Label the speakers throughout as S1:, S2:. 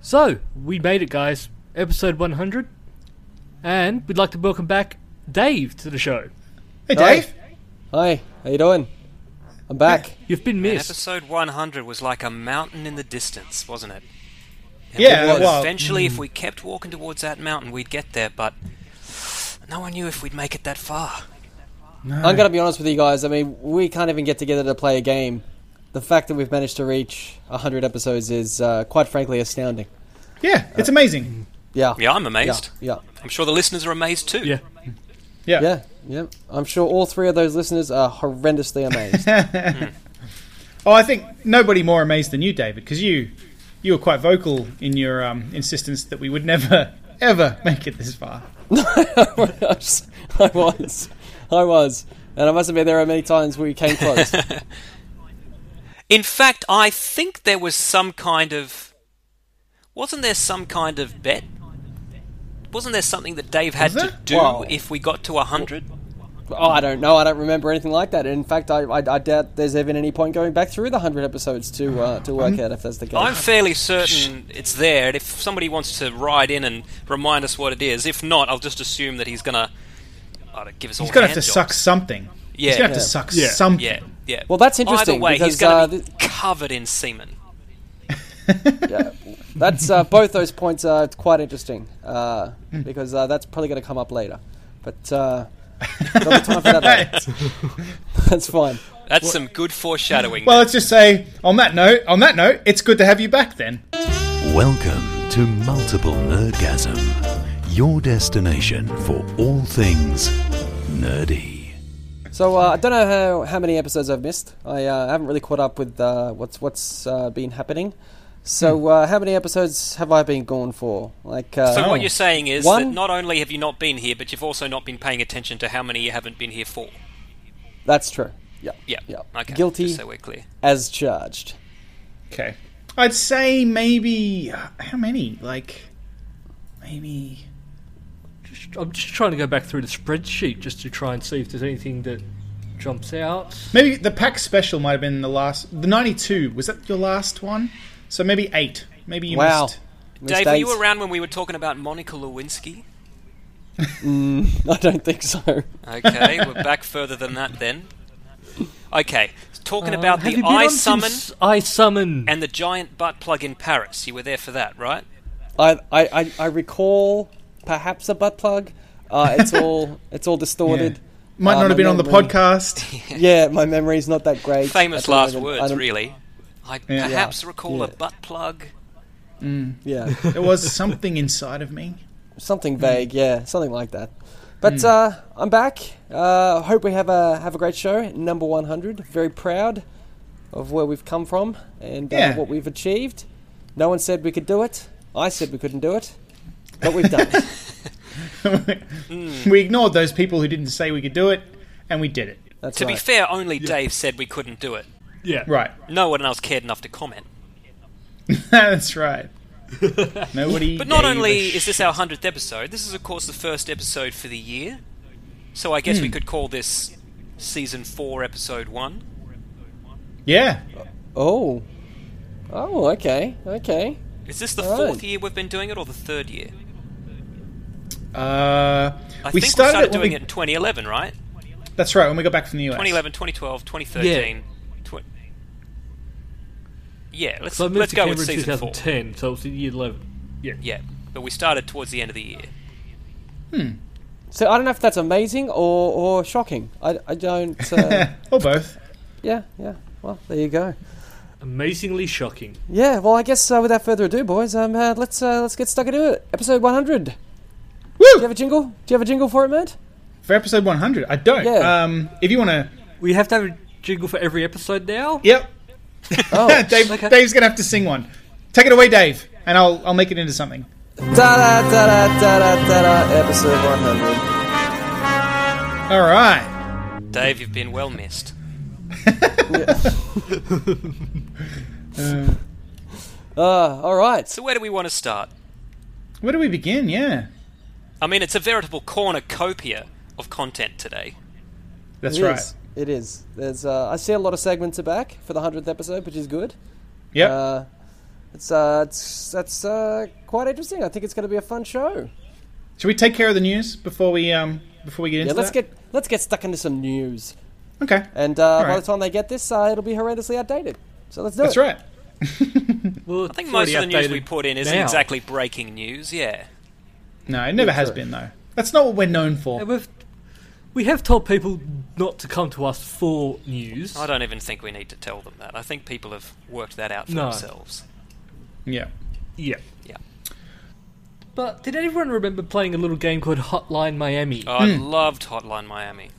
S1: So, we made it, guys. Episode 100. And we'd like to welcome back Dave to the show.
S2: Hey, Dave.
S3: Hi, how you doing? I'm back.
S1: You've been
S4: And
S1: missed.
S4: episode 100 was like a mountain in the distance, wasn't it? And
S2: Yeah,
S4: we
S2: it
S4: would-
S2: was.
S4: Eventually, if we kept walking towards that mountain, we'd get there, but no one knew if we'd make it that far.
S3: I'm gonna be honest with you guys. I mean, we can't even get together to play a game. The fact that we've managed to reach 100 episodes is, uh, quite frankly, astounding.
S2: Yeah, it's amazing.
S3: Yeah.
S4: Yeah, I'm
S3: Yeah.
S4: amazed.
S3: Yeah.
S4: I'm sure the listeners are amazed too.
S1: Yeah.
S2: Yeah.
S3: Yeah. Yeah. I'm sure all three of those listeners are horrendously amazed.
S2: Oh, I think nobody more amazed than you, David, because you you were quite vocal in your um, insistence that we would never ever make it this far.
S3: I was- I was. I was. And I must admit, there are many times we came close.
S4: In fact, I think there was some kind of. Wasn't there some kind of bet? Wasn't there something that Dave had
S2: Was
S4: to
S2: there?
S4: do
S3: Wow.
S4: if we got to 100?
S3: oh, I don't know. I don't remember anything like that. In fact, I, I, I doubt there's even any point going back through the 100 episodes to uh, to work out if that's the case.
S4: I'm fairly certain it's there, and if somebody wants to ride in and remind us what it is, if not, I'll just assume that he's gonna I don't, give us all.
S2: He's gonna have
S4: hand
S2: to
S4: jobs.
S2: suck something.
S4: Yeah,
S2: He's gonna have to
S3: Yeah.
S2: suck
S1: Yeah.
S2: something.
S4: yeah, yeah.
S3: Well, that's interesting
S4: Either way,
S3: because,
S4: he's gonna
S3: uh,
S4: be
S3: th-
S4: covered in semen.
S3: yeah, that's uh, both those points are quite interesting uh, because uh, that's probably going to come up later. But uh, there'll be time for that later. that's fine.
S4: That's some good foreshadowing.
S2: Well, let's just say on that note. On that note, it's good to have you back. Then
S5: Welcome to Multiple Nerdgasm, your destination for all things nerdy.
S3: So uh, I don't know how, how many episodes I've missed. I uh, haven't really caught up with uh, what's what's uh, been happening. So uh, how many episodes have I been gone for? Like uh,
S4: so
S2: Oh.
S4: what you're saying is
S3: One-
S4: that not only have you not been here, but you've also not been paying attention to how many you haven't been here for.
S3: that's true. Yeah,
S4: Yeah.
S3: yeah.
S4: Okay.
S3: Guilty
S4: Just so we're clear.
S3: as charged.
S2: okay, I'd say maybe uh, how many? Like maybe
S1: Just- I'm just trying to go back through the spreadsheet just to try and see if there's anything that jumps out.
S2: maybe the pack special might have been the last. The ninety two was that your last one? So maybe eight. Maybe you
S3: wow.
S2: missed.
S4: Dave, were you
S3: Mistakes.
S4: around when we were talking about Monica Lewinsky?
S3: I don't think so.
S4: Okay, we're back further than that then. Okay, talking about
S1: Uh, have
S4: the
S1: you been
S4: eye
S1: on
S4: summon
S1: since I summon.
S4: and the giant butt plug in Paris. You were there for that, right?
S3: I, I, I, I recall perhaps a butt plug. Uh, it's all it's all distorted.
S2: Might
S3: Uh,
S2: not
S3: my
S2: have been on the
S3: memory-
S2: podcast.
S3: Yeah, my memory's not that great. at
S4: Famous
S3: the
S4: last
S3: moment. I
S4: words,
S3: don't-
S4: really. I
S2: Yeah.
S4: perhaps recall a
S3: Yeah.
S4: butt plug.
S3: Yeah,
S2: there was something inside of me.
S3: something vague. Yeah, something like that. But uh, I'm back. Uh, hope we have a have a great show. Number 100. Very proud of where we've come from and uh,
S2: Yeah.
S3: what we've achieved. No one said we could do it. I said we couldn't do it, but we've done it.
S2: we ignored those people who didn't say we could do it, and we did it.
S3: That's
S4: To
S3: right.
S4: be fair, only Dave said we couldn't do it.
S1: yeah.
S2: Right.
S4: No one else cared enough to comment.
S2: That's right. Nobody.
S4: But not
S2: gave a
S4: only
S2: sh-
S4: is this our 100th episode, this is, of course, the first episode for the year. So I guess we could call this season 4, episode 1.
S2: yeah,
S3: Oh, oh, okay, okay.
S4: Is this the
S3: Right.
S4: fourth year we've been doing it or the third year?
S2: uh,
S4: I
S2: we started,
S4: think we started
S2: it when
S4: doing
S2: we-
S4: it in 2011, right?
S2: That's right. When we got back from the US.
S4: 2011, 2012, 2013. Tw- yeah, let's,
S1: So I moved
S4: let's
S1: to
S4: go
S1: Canberra
S4: with
S1: in
S4: season 4.
S1: 2010, so it was in year 11. Yeah.
S4: Yeah, but we started towards the end of the year.
S3: So I don't know if that's amazing or, or shocking. I, I don't. Uh,
S2: Or Oh, both.
S3: yeah, yeah. Well, there you go.
S1: Amazingly shocking.
S3: Yeah. Well, I guess uh, without further ado, boys, um, uh, let's uh, let's get stuck into it. Episode 100. Do you
S2: Woo!
S3: have a jingle? Do you have a jingle for it, Matt?
S2: For episode 100, I don't.
S3: Yeah.
S2: Um, if you want to,
S1: We have to have a jingle for every episode now?
S2: yep.
S3: Oh.
S2: Dave,
S1: Okay.
S2: Dave's gonna have to sing one. Take it away, Dave, and I'll I'll make it into something.
S3: da da da da da da da da. Episode 100.
S2: All right.
S4: Dave, you've been well missed.
S3: Uh, all right.
S4: So where do we want to start?
S2: Where do we begin? Yeah,
S4: I mean, it's a veritable cornucopia of content today.
S2: that's
S3: It
S2: right.
S3: is. It is. There's. Uh, I see a lot of segments are back for the hundredth episode, which is good.
S2: Yep.
S3: Uh, It's uh, it's that's uh, quite interesting. I think it's going to be a fun show.
S2: Should we take care of the news before we um before we get into
S3: Yeah, let's
S2: that?
S3: get let's get stuck into some news.
S2: okay.
S3: And uh, by
S2: right.
S3: the time they get this, uh, it'll be horrendously outdated. So let's do
S2: That's
S3: it.
S2: right.
S1: Well,
S4: I think most of the news we put in isn't exactly breaking news. Yeah.
S2: No, it never has
S3: true.
S2: been though. That's not what we're known for.
S1: We've, we have told people not to come to us for news.
S4: I don't even think we need to tell them that. I think people have worked that out for
S1: No.
S4: themselves.
S2: Yeah.
S1: Yeah.
S4: Yeah.
S1: But did anyone remember playing a little game called Hotline Miami?
S4: Oh, I loved Hotline Miami.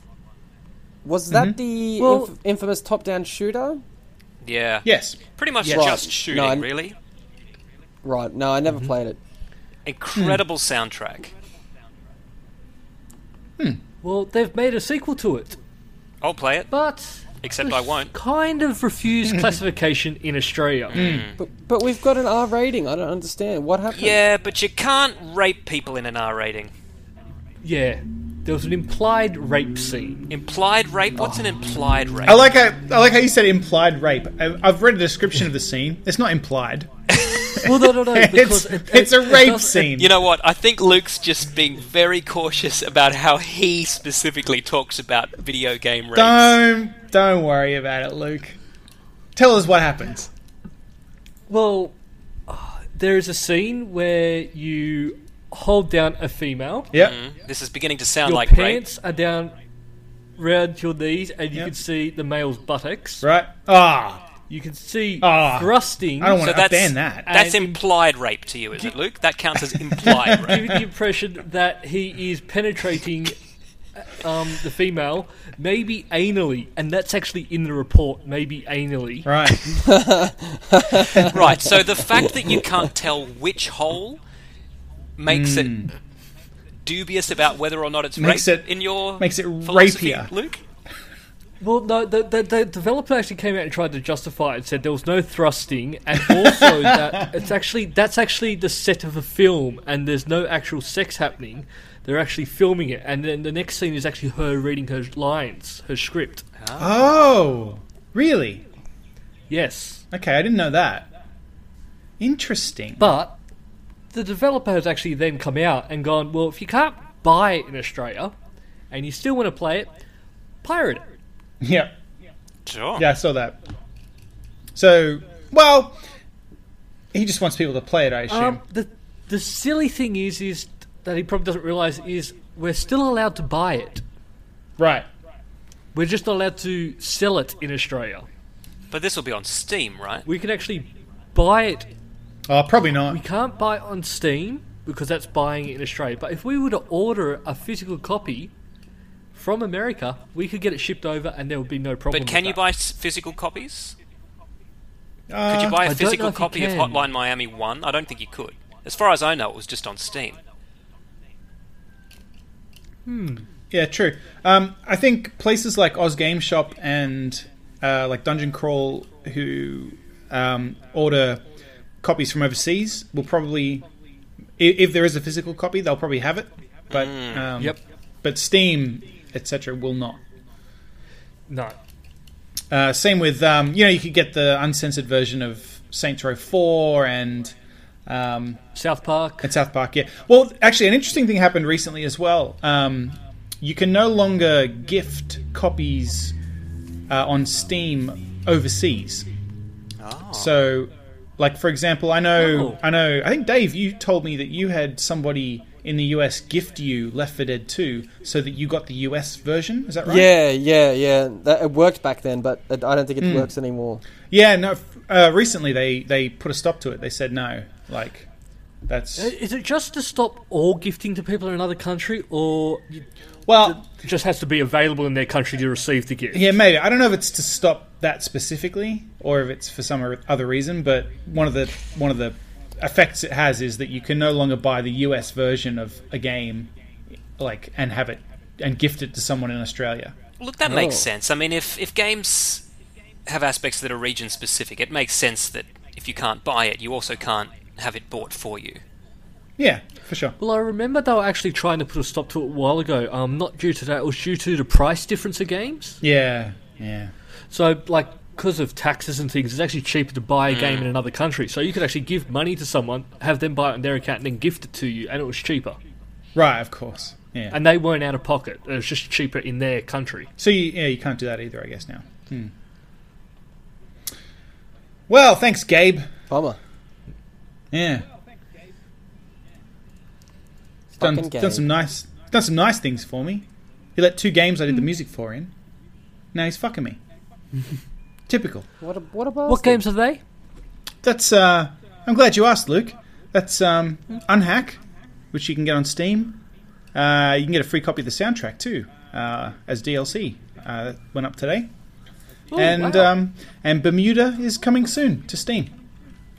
S3: Was
S2: Mm-hmm.
S3: that the
S1: Well-
S3: inf- infamous top-down shooter?
S4: Yeah.
S2: Yes.
S4: Pretty much
S2: Yeah.
S4: just
S3: Right.
S4: shooting,
S3: No, I'm-
S4: really.
S3: Right. No, I never
S2: Mm-hmm.
S3: played it.
S4: Incredible
S1: Hmm.
S4: soundtrack.
S1: Well, they've made a sequel to it,
S4: I'll play it.
S1: but
S4: Except
S1: it's
S4: I won't.
S1: Kind of refused classification in Australia.
S2: Mm.
S3: But but we've got an R rating. I don't understand what happened.
S4: Yeah, but you can't rape people in an R rating.
S1: Yeah, there was an implied rape scene.
S4: Implied rape? What's an implied rape?
S2: I like how I like how you said implied rape. I, I've read a description of the scene. It's not implied.
S1: Well, no, no, no.
S2: It's
S1: because it- it-
S2: it's a
S1: it
S2: rape
S1: does- it-
S2: scene.
S4: You know what? I think Luke's just being very cautious about how he specifically talks about video game rapes.
S2: Don't don't worry about it, Luke. Tell us what happens.
S1: Well, uh, there is a scene where you hold down a female.
S2: Yep.
S4: This is beginning to sound
S1: Your
S4: like rape.
S1: pants are down round your knees, and you
S2: Yep.
S1: can see the male's buttocks.
S2: Right. Ah,
S1: You can see
S2: Ah.
S1: thrusting.
S2: I don't want
S4: So
S2: to
S4: that's
S2: ban that.
S4: That's
S1: And-
S4: implied rape to you, is it, Luke? That counts as implied rape.
S1: giving the impression that he is penetrating um, the female, maybe anally, and that's actually in the report, maybe anally.
S2: Right.
S4: Right. So the fact that you can't tell which hole makes it dubious about whether or not it's
S2: Hmm. Makes
S4: rape
S2: it-
S4: in your
S2: makes it
S4: philosophy,
S2: rapier.
S4: Luke.
S1: Well, no, the, the, the developer actually came out and tried to justify it and said there was no thrusting, and also that it's actually that's actually the set of a film, and there's no actual sex happening. They're actually filming it, and then the next scene is actually her reading her lines, her script.
S2: Oh, really?
S1: Yes,
S2: Okay, I didn't know that. Interesting.
S1: but the developer has actually then come out and gone, well, if you can't buy it in Australia, and you still want to play it, pirate it.
S2: Yep.
S4: Sure.
S2: Yeah, I saw that. So, well, he just wants people to play it, I assume.
S1: Um, the the silly thing is, is that he probably doesn't realize is we're still allowed to buy it.
S2: right.
S1: We're just not allowed to sell it in Australia.
S4: But this will be on Steam, right?
S1: We can actually buy it.
S2: Oh, probably not.
S1: We can't buy it on Steam because that's buying it in Australia. But if we were to order a physical copy from America, we could get it shipped over, and there would be no problem.
S4: But can
S1: with
S4: you
S1: that.
S4: buy s- physical copies?
S2: Uh,
S4: Could you buy
S1: I
S4: a
S1: don't know
S4: physical
S1: if you
S4: copy of
S1: can.
S4: Hotline Miami 1? I don't think you could. As far as I know, it was just on Steam.
S2: yeah, true. Um, I think places like Oz Game Shop and uh, like Dungeon Crawl, who um, order copies from overseas, will probably, i- if there is a physical copy, they'll probably have it. But um,
S1: Yep.
S2: But Steam, etc., will not.
S1: No.
S2: Uh, same with um, you know you could get the uncensored version of Saints Row Four and um,
S1: South Park.
S2: and South Park. Yeah. Well, actually, an interesting thing happened recently as well. Um, you can no longer gift copies uh, on Steam overseas. So, like for example, I know,
S1: Oh.
S2: I know, I think Dave, you told me that you had somebody in the US gift you Left 4 Dead 2 so that you got the US version. Is that right?
S3: Yeah, yeah, yeah. That, it worked back then, but it, I don't think it
S2: Mm.
S3: works anymore.
S2: Yeah, no. f- Uh, recently, they they put a stop to it. They said no. Like, that's
S1: Is it just to stop all gifting to people in another country, or you-
S2: well,
S1: it just has to be available in their country to receive the gift?
S2: yeah, maybe. I don't know if it's to stop that specifically, or if it's for some or- other reason. But one of the one of the effects it has is that you can no longer buy the US version of a game, like, and have it and gift it to someone in Australia.
S4: Look, that makes
S1: Oh.
S4: sense. I mean, if, if games have aspects that are region specific, it makes sense that if you can't buy it, you also can't have it bought for you.
S2: Yeah, for sure.
S1: Well, I remember they were actually trying to put a stop to it a while ago. Um, not due to that, it was due to the price difference of games.
S2: Yeah, yeah.
S1: So, like, because of taxes and things, it's actually cheaper to buy a game in another country. So you could actually give money to someone, have them buy it on their account, and then gift it to you, and it was cheaper.
S2: Right, of course. Yeah.
S1: And they weren't out of pocket; it was just cheaper in their country.
S2: so you, yeah, you can't do that either, I guess now. Hmm. Well, thanks, Gabe.
S3: Bummer.
S2: Yeah. He's done,
S3: Fucking
S2: done some
S3: Gabe.
S2: nice done some nice things for me. He let two games I did the music for in. Now he's fucking me. Typical.
S3: What, a, what about
S1: What games are they?
S2: That's uh I'm glad you asked, Luke. That's um Unhack, which you can get on Steam. Uh, you can get a free copy of the soundtrack too, uh, as DLC. Uh, that went up today.
S1: Ooh,
S2: and
S1: wow.
S2: um, and Bermuda is coming soon to Steam.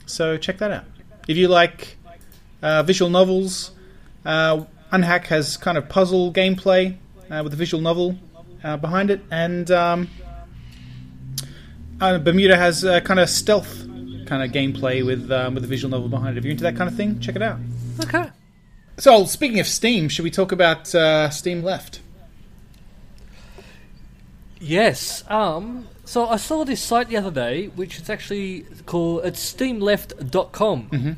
S2: So check that out. If you like uh, visual novels, uh, Unhack has kind of puzzle gameplay uh, with a visual novel uh, behind it, and um, uh, Bermuda has uh, kind of stealth kind of gameplay with um, with a visual novel behind it. If you're into that kind of thing, check it out.
S1: okay.
S2: So speaking of Steam, should we talk about uh, Steam Left?
S1: Yes. Um. So I saw this site the other day, which is actually called it's steamleft.com.
S4: Mm-hmm.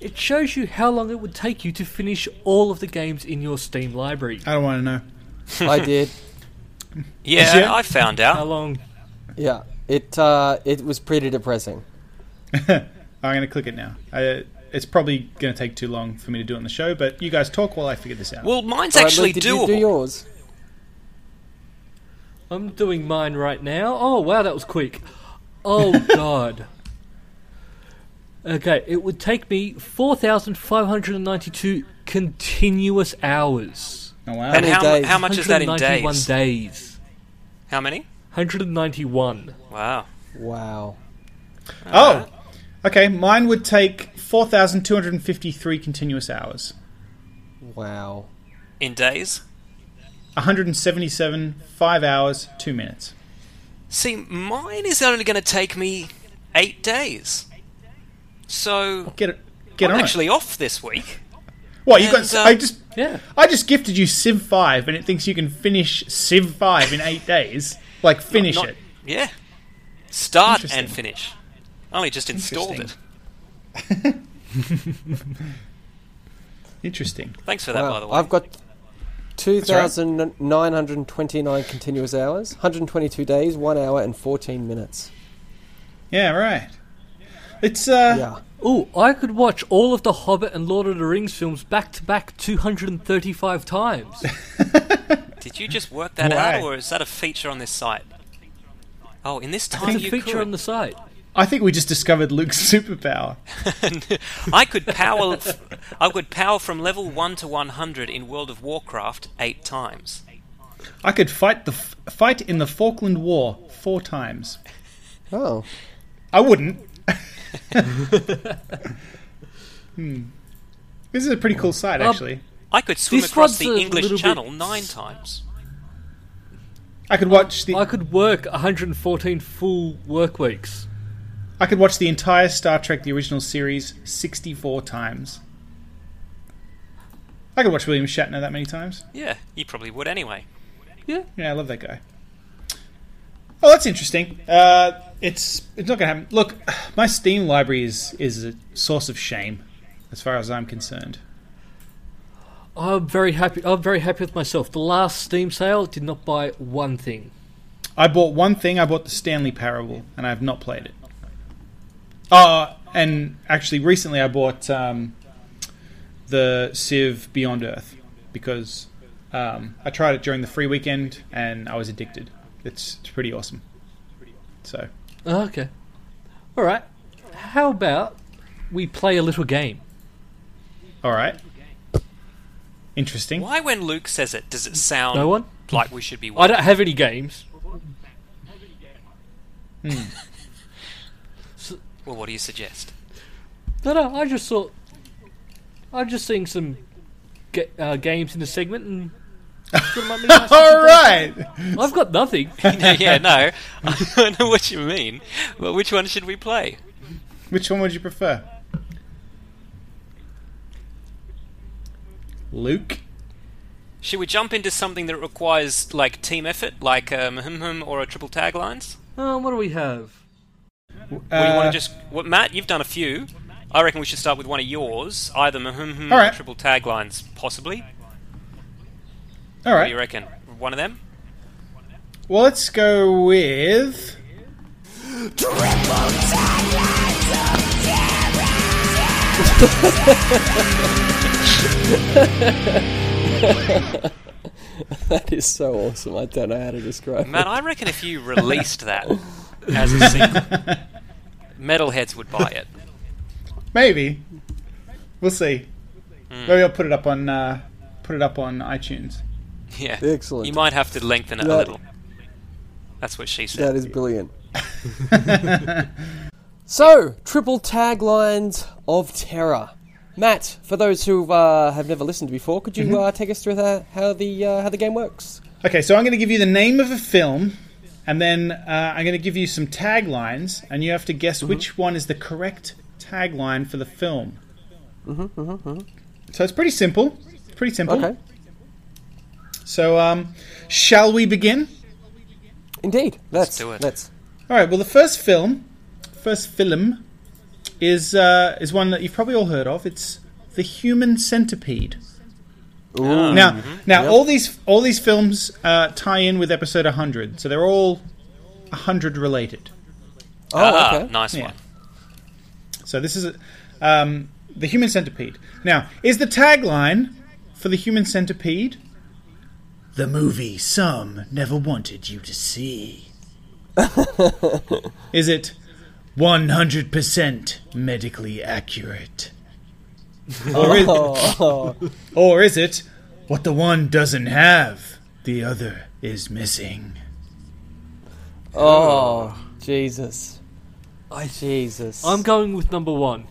S1: It shows you how long it would take you to finish all of the games in your Steam library.
S2: I don't want to know.
S3: I did.
S4: Yeah,
S2: Yeah.
S4: I found
S1: How
S4: out.
S1: long?
S3: Yeah. It uh, it was pretty depressing.
S2: I'm going to click it now. I, it's probably going to take too long for me to do it on the show, but you guys talk while I figure this out.
S4: Well, mine's
S3: All right,
S4: actually
S3: Luke, did
S4: doable.
S3: you do yours?
S1: I'm doing mine right now. Oh wow, that was quick. Oh god. Okay, it would take me 4,592 continuous hours.
S2: oh, wow.
S4: and
S3: many
S4: how,
S3: days?
S4: how much is that in
S1: 191
S4: days?
S1: days.
S4: How many?
S1: 191.
S4: Wow.
S3: Wow.
S2: oh, okay. Mine would take 4,253 continuous hours,
S3: Wow.
S4: In days?
S2: 177, 5 hours, 2 minutes.
S4: See, mine is only going to take me eight days. So
S2: Get it. Get
S4: I'm
S2: on
S4: actually off this week.
S2: it. What you
S4: and,
S2: got?
S4: um,
S2: I just,
S1: Yeah.
S2: I just gifted you Civ Five, and it thinks you can finish Civ Five in eight days. Like finish
S4: Not-
S2: it.
S4: Yeah. Start
S2: Interesting.
S4: and finish. I only just installed it.
S2: Interesting. Interesting.
S4: Thanks for that,
S3: Wow.
S4: by the way.
S3: I've got
S2: all right.
S3: 2,929 continuous hours, 122 days, 1 hour and 14 minutes.
S2: Yeah. Right. It's uh.
S3: Yeah.
S1: Oh, I could watch all of the Hobbit and Lord of the Rings films back to back 235 times.
S4: Did you just work that
S2: Why?
S4: out, or is that a feature on this site? Oh, in this time
S1: It's a
S4: you
S1: feature
S4: could.
S1: on the site.
S2: I think we just discovered Luke's superpower.
S4: I could power. I could power from level one to one hundred in World of Warcraft eight times.
S2: I could fight the f- fight in the Falkland War four times.
S3: Oh.
S2: I wouldn't. hmm. Hmm. This is a pretty cool site,
S1: Um,
S2: actually.
S4: I could swim
S1: This
S4: across
S1: one's
S4: the
S1: a
S4: English
S1: little bit
S4: Channel
S1: s-
S4: nine times.
S2: I could watch the
S1: I could work 114 full work weeks.
S2: I could watch the entire Star Trek: The Original Series sixty-four times. I could watch William Shatner that many times.
S4: Yeah, you probably would anyway.
S2: Yeah, I love that guy. Oh, that's interesting. Uh, it's it's not gonna happen. Look, my Steam library is is a source of shame, as far as I'm concerned.
S1: I'm very happy. I'm very happy with myself. The last Steam sale did not buy one thing.
S2: I bought one thing. I bought the Stanley Parable, and I have not played it. Uh, and actually, recently I bought um, the Civ Beyond Earth because um, I tried it during the free weekend, and I was addicted. It's, it's pretty awesome. So,
S1: Oh, okay. All right. How about we play a little game?
S2: all right, interesting.
S4: Why, when Luke says it, does it sound
S1: No one.
S4: like we should be?
S1: I don't have any games.
S4: Well, what do you suggest?
S1: No, no. I just thought. I'm just seeing some ga- uh, games in the segment, and
S2: All right,
S1: I've got nothing.
S4: yeah, no, I know what you mean. But which one should we play?
S2: which one would you prefer, Luke?
S4: Should we jump into something that requires like team effort, like um, hum hum or a triple taglines?
S1: Uh, what do we have?
S4: Well, you
S2: Uh,
S4: want to just well, Matt? You've done a few. I reckon we should start with one of yours, either mm
S2: All right.
S4: triple taglines, possibly.
S2: all
S4: What do
S2: right.
S4: you reckon? One of them.
S2: Well, let's go with.
S3: That is so awesome. I don't know how to describe
S4: Matt, I reckon if you released that as a single, metalheads would buy it.
S2: Maybe. We'll see. Maybe I'll put it up on uh, put it up on iTunes.
S4: Yeah.
S3: Excellent.
S4: You might have to lengthen it
S3: That-
S4: a little. That's what she
S3: it. That
S4: said.
S3: is brilliant. so, triple taglines of terror. Matt, for those who uh, have never listened before, could you uh, take us through the, how the uh, how the game works?
S2: Okay, so I'm going to give you the name of a film, and then uh, I'm going to give you some taglines, and you have to guess which one is the correct tagline for the film. Mm-hmm, mm-hmm. So it's pretty simple. It's pretty simple.
S3: Okay,
S2: So, um, shall we begin?
S3: indeed. Let's
S4: do it.
S3: Let's.
S2: All right. Well, the first film, first film, is uh, is one that you've probably all heard of. It's the Human Centipede.
S3: Ooh.
S2: Now, now all these all these films uh, tie in with episode 100, so they're all 100 related.
S3: Oh, okay.
S4: Ah, nice
S2: Yeah.
S4: one.
S2: So this is um, the Human Centipede. Now, is the tagline for the Human Centipede the movie some never wanted you to see? is it 100% medically accurate? Or is,
S3: Oh,
S2: or is it what the one doesn't have, the other is missing?
S3: oh, Jesus. Jesus.
S1: I'm going with number one.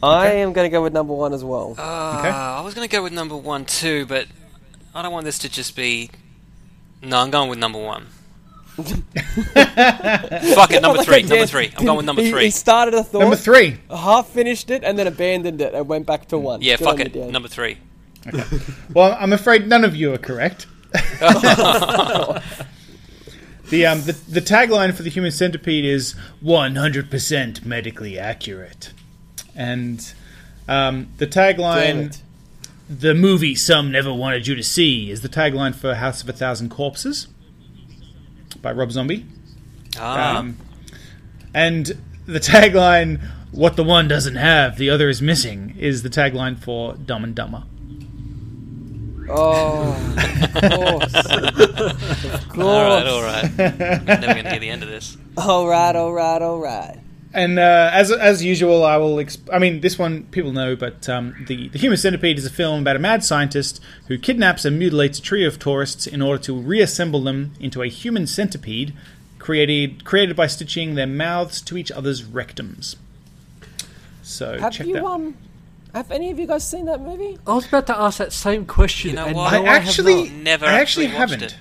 S3: I am going to go with number one as well.
S2: Okay.
S4: Uh, I was going to go with number one too, but I don't want this to just be. No, I'm going with number one. Fuck it, number
S3: Like
S4: three,
S3: I
S4: number
S3: did.
S4: three. I'm going with number
S3: He- He
S4: three.
S3: started a thought,
S2: Number three.
S3: half finished it, and then abandoned it and went back to one.
S4: Mm. Yeah,
S3: Good
S4: fuck
S3: on you,
S4: it,
S3: Dan.
S4: number three.
S2: Well, I'm afraid none of you are correct. the, um, the the tagline for the Human Centipede is 100% medically accurate, and um, the
S3: Damn
S2: tagline
S3: it.
S2: the movie some never wanted you to see is the tagline for House of a Thousand Corpses by Rob Zombie,
S4: Ah,
S2: um, and the tagline what the one doesn't have the other is missing is the tagline for Dumb and Dumber.
S3: Oh, of course. of course.
S4: all right,
S2: Oh.
S4: all right. I'm never going to hear the end of this.
S3: All right, all right, all right.
S2: And uh, as as usual, I will. Exp- I mean, this one people know, but um, the the Human Centipede is a film about a mad scientist who kidnaps and mutilates a trio of tourists in order to reassemble them into a human centipede, created created by stitching their mouths to each other's rectums. So
S3: Have
S2: check
S3: you
S2: that.
S3: um, have any of you guys seen that movie?
S1: I was about to ask that same question.
S4: know
S1: and
S4: what?
S2: I
S1: no, have
S2: actually
S1: not.
S4: Never
S2: I actually,
S4: actually watched
S2: haven't.
S4: it.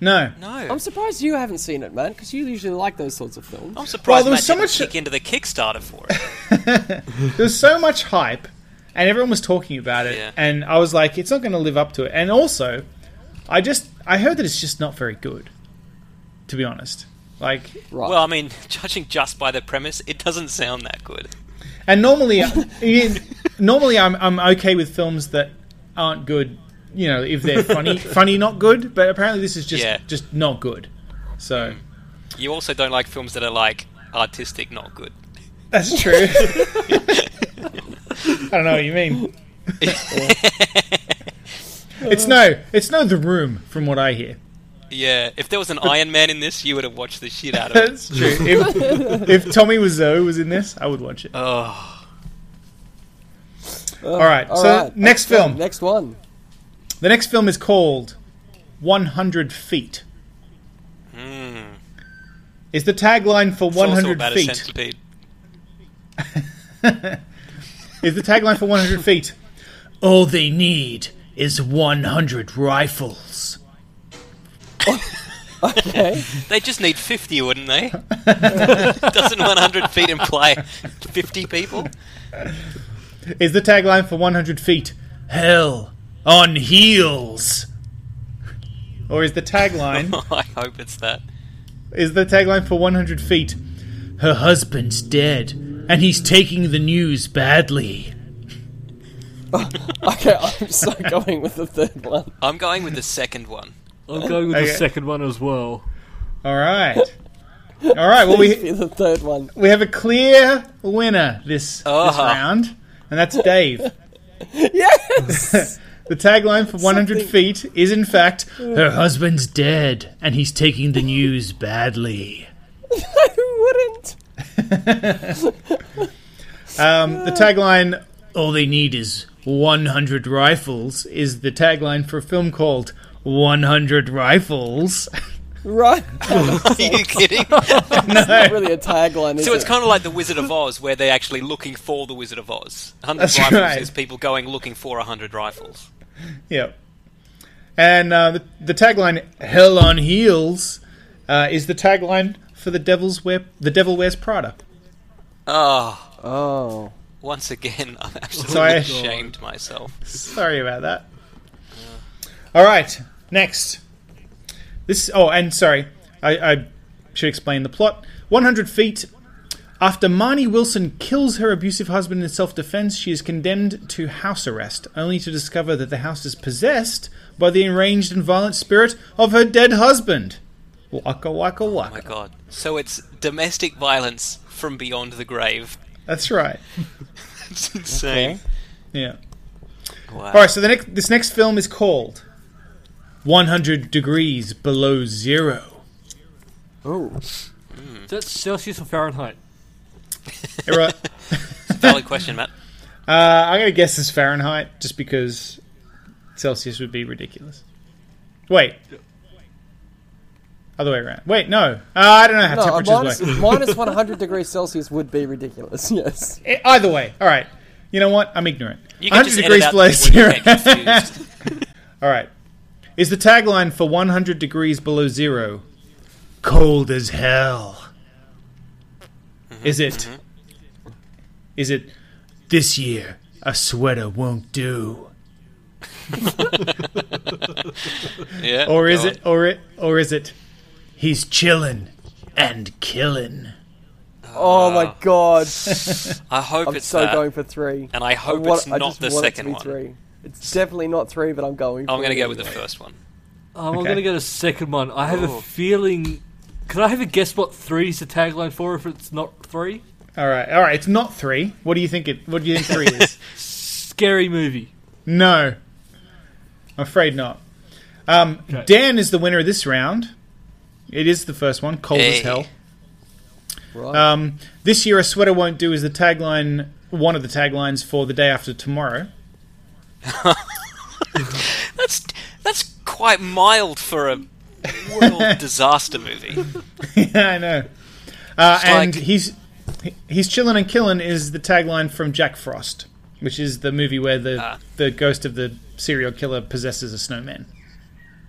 S2: No.
S4: No.
S3: I'm surprised you haven't seen it, man, because you usually like those sorts of films.
S4: I'm
S2: Well,
S4: surprised
S2: there
S4: Matt
S2: was so
S4: didn't
S2: much-
S4: kick into the Kickstarter for it.
S2: there was so much hype, and everyone was talking about it,
S4: Yeah.
S2: and I was like, it's not going to live up to it. And also, I just I heard that it's just not very good, to be honest. Like,
S3: Right.
S4: Well, I mean, judging just by the premise, it doesn't sound that good.
S2: and normally, I mean, normally I'm I'm okay with films that aren't good. You know, if they're funny, funny not good. But apparently, this is just
S4: Yeah. Hmm.
S2: just not good. So
S4: You also don't like films that are like artistic, not good.
S2: that's true. I don't know what you mean. it's no, it's no the room from what I hear.
S4: Yeah, if there was an Iron Man in this, you would have watched the shit out of it.
S2: That's true. If, if Tommy Wiseau was in this, I would watch it.
S4: Oh,
S3: all
S2: right, so next
S3: Excellent.
S2: film.
S3: next one.
S2: The next film is called 100 Feet. Is the tagline for
S4: it's also
S2: 100
S4: about a
S2: Feet?
S4: centipede.
S2: Is the tagline for 100 Feet? All they need is 100 rifles.
S3: Okay.
S4: They just need 50, wouldn't they? Doesn't 100 feet imply 50 people?
S2: Is the tagline for 100 Feet? Hell on heels. Or is the tagline
S4: I hope it's that.
S2: is the tagline for 100 Feet. Her husband's dead, and he's taking the news badly.
S3: Okay, I'm so going with the third one.
S4: I'm going with the second one.
S1: I'm going with
S2: Okay.
S1: the second one as well.
S4: Mm-hmm.
S2: All right. All right, well,
S3: Please
S2: we,
S3: be the third one.
S2: we have a clear winner this, this
S4: Uh-huh.
S2: round, and that's Dave.
S3: Yes!
S2: The tagline for 100 Feet is, in fact, Her husband's dead, and he's taking the news badly.
S3: Who wouldn't?
S2: Um, the tagline, All They Need Is 100 Rifles, is the tagline for a film called 100 Rifles.
S3: Right?
S4: Are you kidding?
S3: Not really a tagline, is
S4: so it's
S3: it?
S4: kind of like the Wizard of Oz, where they're actually looking for the Wizard of Oz. Hundred
S2: That's
S4: rifles
S2: right.
S4: is people going looking for hundred rifles.
S2: Yep. And uh, the, the tagline "Hell on Heels" uh, is the tagline for the Devil's Wear the Devil Wears Prada.
S4: Ah,
S3: Oh.
S4: once again, I'm absolutely
S2: Sorry.
S4: ashamed myself.
S2: Sorry about that. All right, next. This oh, and sorry, I, I should explain the plot. One hundred feet. After Marnie Wilson kills her abusive husband in self defense, she is condemned to house arrest, only to discover that the house is possessed by the enraged and violent spirit of her dead husband. Waka waka waka.
S4: My God. So it's domestic violence from beyond the grave.
S2: That's right.
S4: It's insane.
S2: Yeah.
S4: Wow.
S2: All right. So the next, this next film is called 100 Degrees Below Zero.
S3: Ooh.
S1: Is that Celsius or Fahrenheit?
S2: All right,
S4: Valid question, Matt.
S2: uh, I'm going to guess it's Fahrenheit, just because Celsius would be ridiculous. Wait. Other way around. Wait, no. Uh, I don't know how
S3: No, a
S2: temperatures
S3: minus,
S2: work.
S3: minus 100 degrees Celsius would be ridiculous, yes.
S2: E- Either way. All right. You know what? I'm ignorant.
S4: You can just edit out
S2: below
S4: when you
S2: zero.
S4: get confused.
S2: All right. Is the tagline for 100 degrees below zero cold as hell? Is it?
S4: Mm-hmm.
S2: Is it this year a sweater won't do?
S4: yeah,
S2: Or is
S4: go
S2: it or it or is it he's chillin' and killin'?
S3: Oh my god.
S4: on. I hope
S3: I'm
S4: it's
S3: so
S4: that.
S3: going for three.
S4: And I hope
S3: want-
S4: it's
S3: I
S4: not
S3: just
S4: the
S3: want it
S4: second
S3: to be
S4: one.
S3: Three. It's definitely not three, but I'm going.
S4: I'm going to
S3: to
S4: go with the first one.
S1: Um, I'm
S2: Okay.
S1: going to get a second one. I have
S4: Ooh.
S1: a feeling. Can I have a guess what three is the tagline for if it's not three?
S2: All right. All right, it's not 3. What do you think it what do you think 3 is?
S1: Scary movie.
S2: No. I'm afraid not. Um,
S1: Okay.
S2: Dan is the winner of this round. It is the first one, cold as
S4: Hey.
S2: hell.
S3: Right.
S2: Um, this year, a sweater won't do is the tagline, one of the taglines for the day after tomorrow.
S4: That's that's quite mild for a world disaster movie.
S2: yeah, I know. Uh, and
S4: like-
S2: he's he- he's chillin' and killin' is the tagline from Jack Frost, which is the movie where the
S4: Ah.
S2: the ghost of the serial killer possesses a snowman.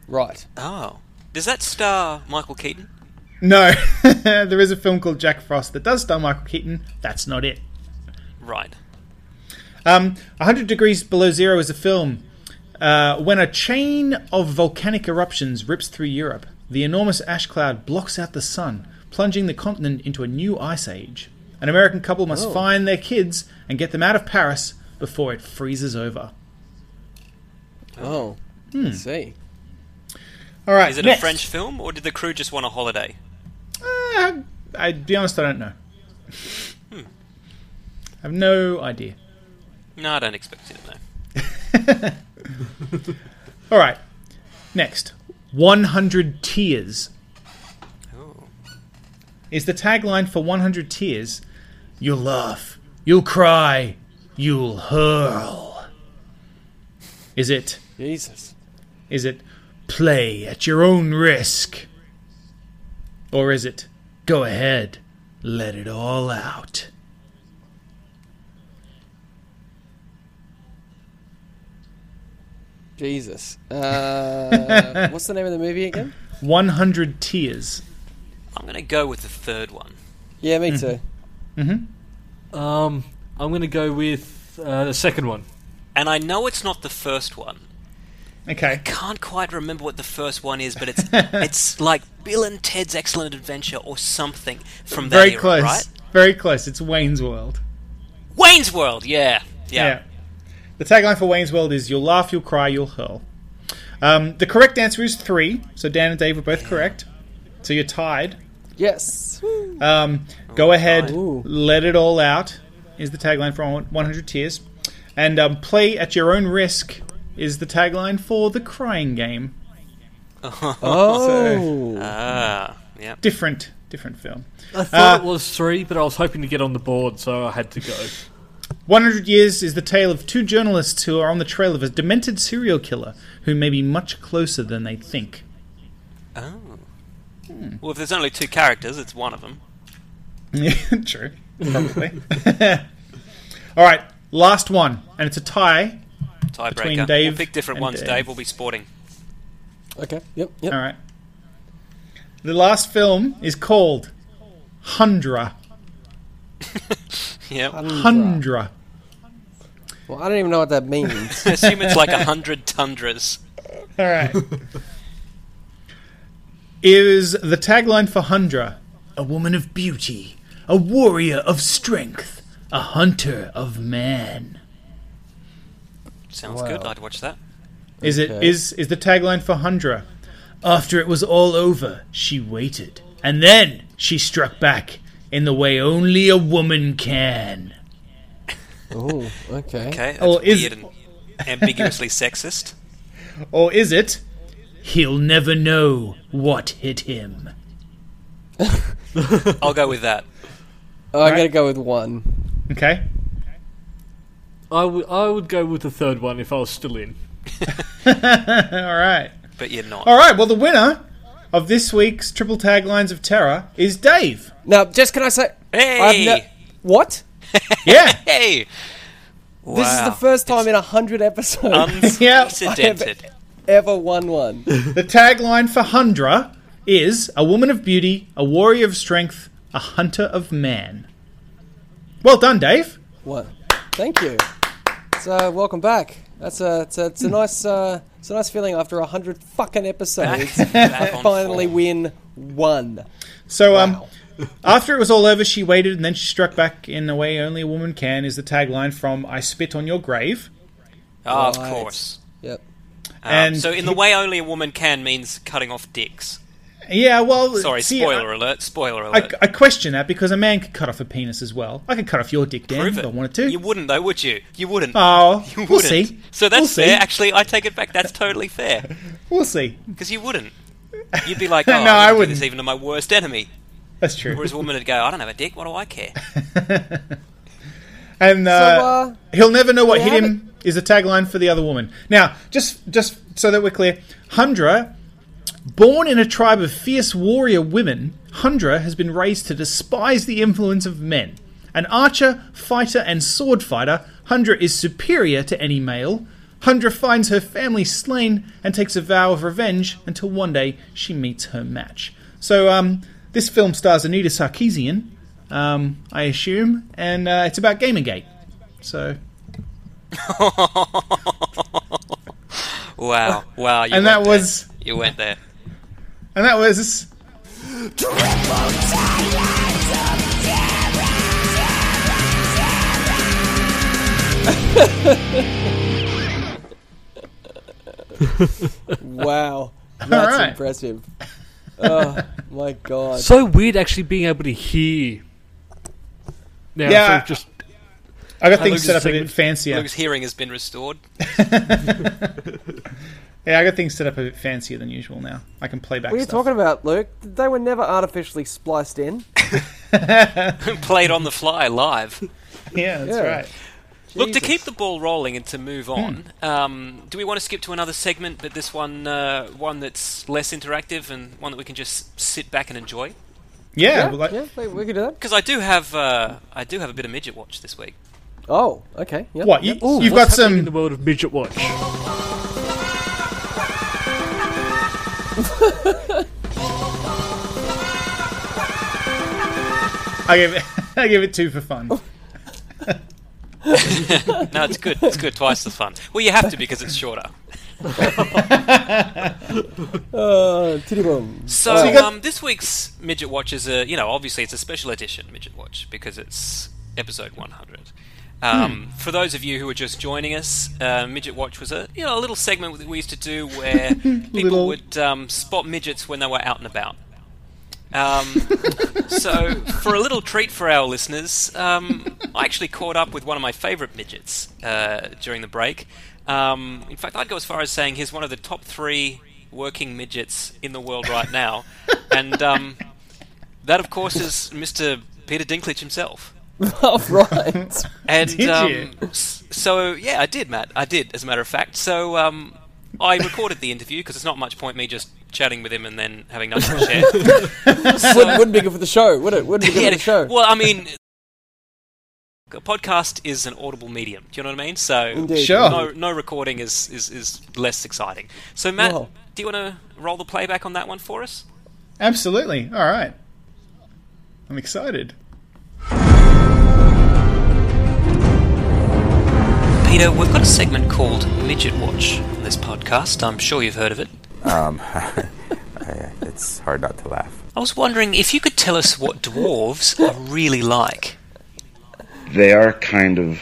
S3: right.
S4: Oh, does that star Michael Keaton?
S2: No, there is a film called Jack Frost that does star Michael Keaton. That's not it.
S4: Right.
S2: Um, 100 Degrees Below Zero is a film uh, when a chain of volcanic eruptions rips through Europe. The enormous ash cloud blocks out the sun, plunging the continent into a new ice age. An American couple must find their kids and get them out of Paris before it freezes over.
S3: Oh. Let's see.
S2: All right,
S4: Is it
S2: next.
S4: a French film, or did the crew just want a holiday?
S2: Uh, I'd be honest, I don't know.
S4: Hmm.
S2: I have no idea.
S4: No, I don't expect you to know.
S2: All right, next, 100 Tears
S4: Ooh.
S2: is the tagline for 100 Tears You'll laugh, you'll cry, you'll hurl. Is it,
S3: Jesus.
S2: is it play at your own risk? Or is it go ahead, let it all out?
S3: Jesus. Uh, what's the name of the movie again?
S2: 100 Tears.
S4: I'm going to go with the third one.
S3: Yeah, me too.
S1: Um, I'm going to go with uh, the second one.
S4: And I know it's not the first one
S2: Okay.
S4: Can't quite remember what the first one is, but it's it's like Bill and Ted's Excellent Adventure or something from that
S2: Very
S4: era,
S2: close.
S4: right?
S2: Very close. It's Wayne's World.
S4: Wayne's World, yeah, yeah.
S2: Yeah. The tagline for Wayne's World is "You'll laugh, you'll cry, you'll hurl." Um, the correct answer is three. So Dan and Dave were both correct. So you're tied.
S3: Yes.
S2: Um, go ahead,
S3: Ooh.
S2: let it all out is the tagline for 100 Tears, and um, play at your own risk is the tagline for the Crying Game.
S3: Oh.
S4: Ah, yeah.
S2: Different, different film.
S1: I thought
S2: Uh,
S1: it was three, but I was hoping to get on the board, so I had to go.
S2: 100 Years is the tale of two journalists who are on the trail of a demented serial killer who may be much closer than they think.
S4: Oh.
S2: Hmm.
S4: Well, if there's only two characters, it's one of them.
S2: Yeah, True. Probably. All right, last one, and it's a tie.
S4: Tiebreaker.
S2: Dave
S4: we'll pick different
S2: and
S4: ones,
S2: Dave.
S4: Dave. We'll be sporting.
S3: Okay. Yep. Yep.
S2: All right. The last film is called Hundra.
S4: Yeah.
S2: Hundra.
S3: Well, I don't even know what that means.
S4: I assume it's like a hundred tundras.
S2: All right. Is the tagline for Hundra a woman of beauty, a warrior of strength, a hunter of man?
S4: Sounds good. I'd watch that.
S2: Is it
S3: Okay.
S2: is is the tagline for Hundra? After it was all over, she waited, and then she struck back in the way only a woman can.
S3: oh. Okay.
S4: Okay. That's
S2: Oh, is-
S4: weird and ambiguously sexist.
S2: Or is it? He'll never know what hit him.
S4: I'll go with that.
S3: Oh, I gotta go with one.
S2: Okay.
S1: I would I would go with the third one if I was still in.
S2: All right.
S4: But you're not.
S2: All right. Well, the winner of this week's triple taglines of terror is Dave.
S3: Now, just can I say? I've
S4: Hey!
S3: ne- what?
S2: Yeah.
S4: hey!
S3: This is the first time in a hundred episodes
S4: Unprecedented.
S3: ever won one.
S2: the tagline for Hundra is a woman of beauty, a warrior of strength, a hunter of man. Well done, Dave.
S3: One. Thank you. So welcome back. That's a it's a, it's a nice uh, it's a nice feeling after a hundred fucking episodes.
S4: Back on
S3: Finally,
S4: form.
S3: win one.
S2: So, um, after it was all over, she waited and then she struck back in the way only a woman can is the tagline from I Spit on Your Grave.
S4: Ah, of
S3: Right.
S4: course.
S3: Yep.
S4: Um,
S2: And
S4: so, in the way only a woman can means cutting off dicks.
S2: Yeah, well,
S4: Sorry,
S2: see,
S4: spoiler alert. Spoiler
S2: I,
S4: alert.
S2: I, I question that because a man could cut off a penis as well. I could cut off your dick, Dan,
S4: Prove
S2: if I
S4: it.
S2: wanted to.
S4: You wouldn't, though, would you? You wouldn't.
S2: oh,
S4: you
S2: we'll
S4: wouldn't.
S2: see.
S4: So that's
S2: we'll see.
S4: fair. Actually, I take it back. That's totally fair.
S2: We'll see.
S4: Because you wouldn't. You'd be like, oh,
S2: No,
S4: I
S2: I
S4: wouldn't do this
S2: wouldn't.
S4: even to my worst enemy.
S2: That's true.
S4: Whereas a woman would go, I don't have a dick, what do I care?
S2: And uh,
S3: uh,
S2: he'll never know what
S3: we
S2: hit
S3: have
S2: him is the tagline for the other woman. Now, just just so that we're clear, Hundra, born in a tribe of fierce warrior women, Hundra has been raised to despise the influence of men. An archer, fighter, and sword fighter, Hundra is superior to any male. Hundra finds her family slain and takes a vow of revenge until one day she meets her match. So, um, this film stars Anita Sarkeesian, um, I assume, and uh, it's about Gamergate. So,
S4: Wow, wow. You
S2: and
S4: went
S2: that
S4: there.
S2: was
S4: You went there.
S2: and that was
S3: Wow. That's
S2: right.
S3: impressive. Oh my god.
S1: So weird actually being able to hear. Now,
S2: Yeah,
S1: yeah,
S2: I-
S1: just
S2: I got things
S1: Luke's
S2: set up a bit
S1: segment.
S2: fancier.
S4: Luke's hearing has been restored.
S2: Yeah, I got things set up a bit fancier than usual now. I can play back.
S3: what are you
S2: stuff.
S3: talking about, Luke? They were never artificially spliced in.
S4: Played on the fly live.
S2: Yeah, that's
S3: Yeah.
S2: right.
S4: Look, to
S3: Jesus.
S4: keep the ball rolling and to move on, um, do we want to skip to another segment, but this one, uh, one that's less interactive and one that we can just sit back and enjoy?
S2: Yeah,
S3: Yeah,
S2: well, like-
S3: yeah, we, we could do that.
S4: Because I do have, uh, I do have a bit of midget watch this week.
S3: Oh, okay. Yep.
S2: what you,
S3: Yep.
S1: Ooh,
S2: you've got
S1: what's happening in the
S2: some
S1: world of midget watch.
S2: I give it, I give it two for fun.
S4: No, it's good. It's good. Twice the fun. Well, you have to because it's shorter.
S3: Uh, titty boom.
S4: So,
S2: So you got-
S4: um, this week's midget watch is a you know obviously it's a special edition midget watch because it's episode 100.
S2: Hmm.
S4: Um, For those of you who are just joining us, uh, midget watch was a you know a little segment that we used to do where people
S2: Little.
S4: would um, spot midgets when they were out and about. Um, so, for a little treat for our listeners, um, I actually caught up with one of my favourite midgets uh, during the break. Um, in fact, I'd go as far as saying he's one of the top three working midgets in the world right now. And um, that, of course, is Mr. Peter Dinklage himself.
S3: All right.
S4: And
S2: Did
S4: um,
S2: you?
S4: s- so yeah, I did, Matt. I did, as a matter of fact. So um, I recorded the interview because it's not much point me just chatting with him and then having nothing to share.
S3: Wouldn't, wouldn't be good for the show, would it? Wouldn't be good for the show.
S4: Well, I mean, a podcast is an audible medium. Do you know what I mean? So
S3: Indeed.
S2: Sure.
S4: no, no recording is, is, is less exciting. So Matt,
S3: Wow.
S4: do you want to roll the playback on that one for us?
S2: Absolutely. All right. I'm excited.
S4: Peter, we've got a segment called Midget Watch on this podcast. I'm sure you've heard of it.
S6: Um, I- it's hard not to laugh.
S4: I was wondering if you could tell us what dwarves are really like.
S7: they are kind of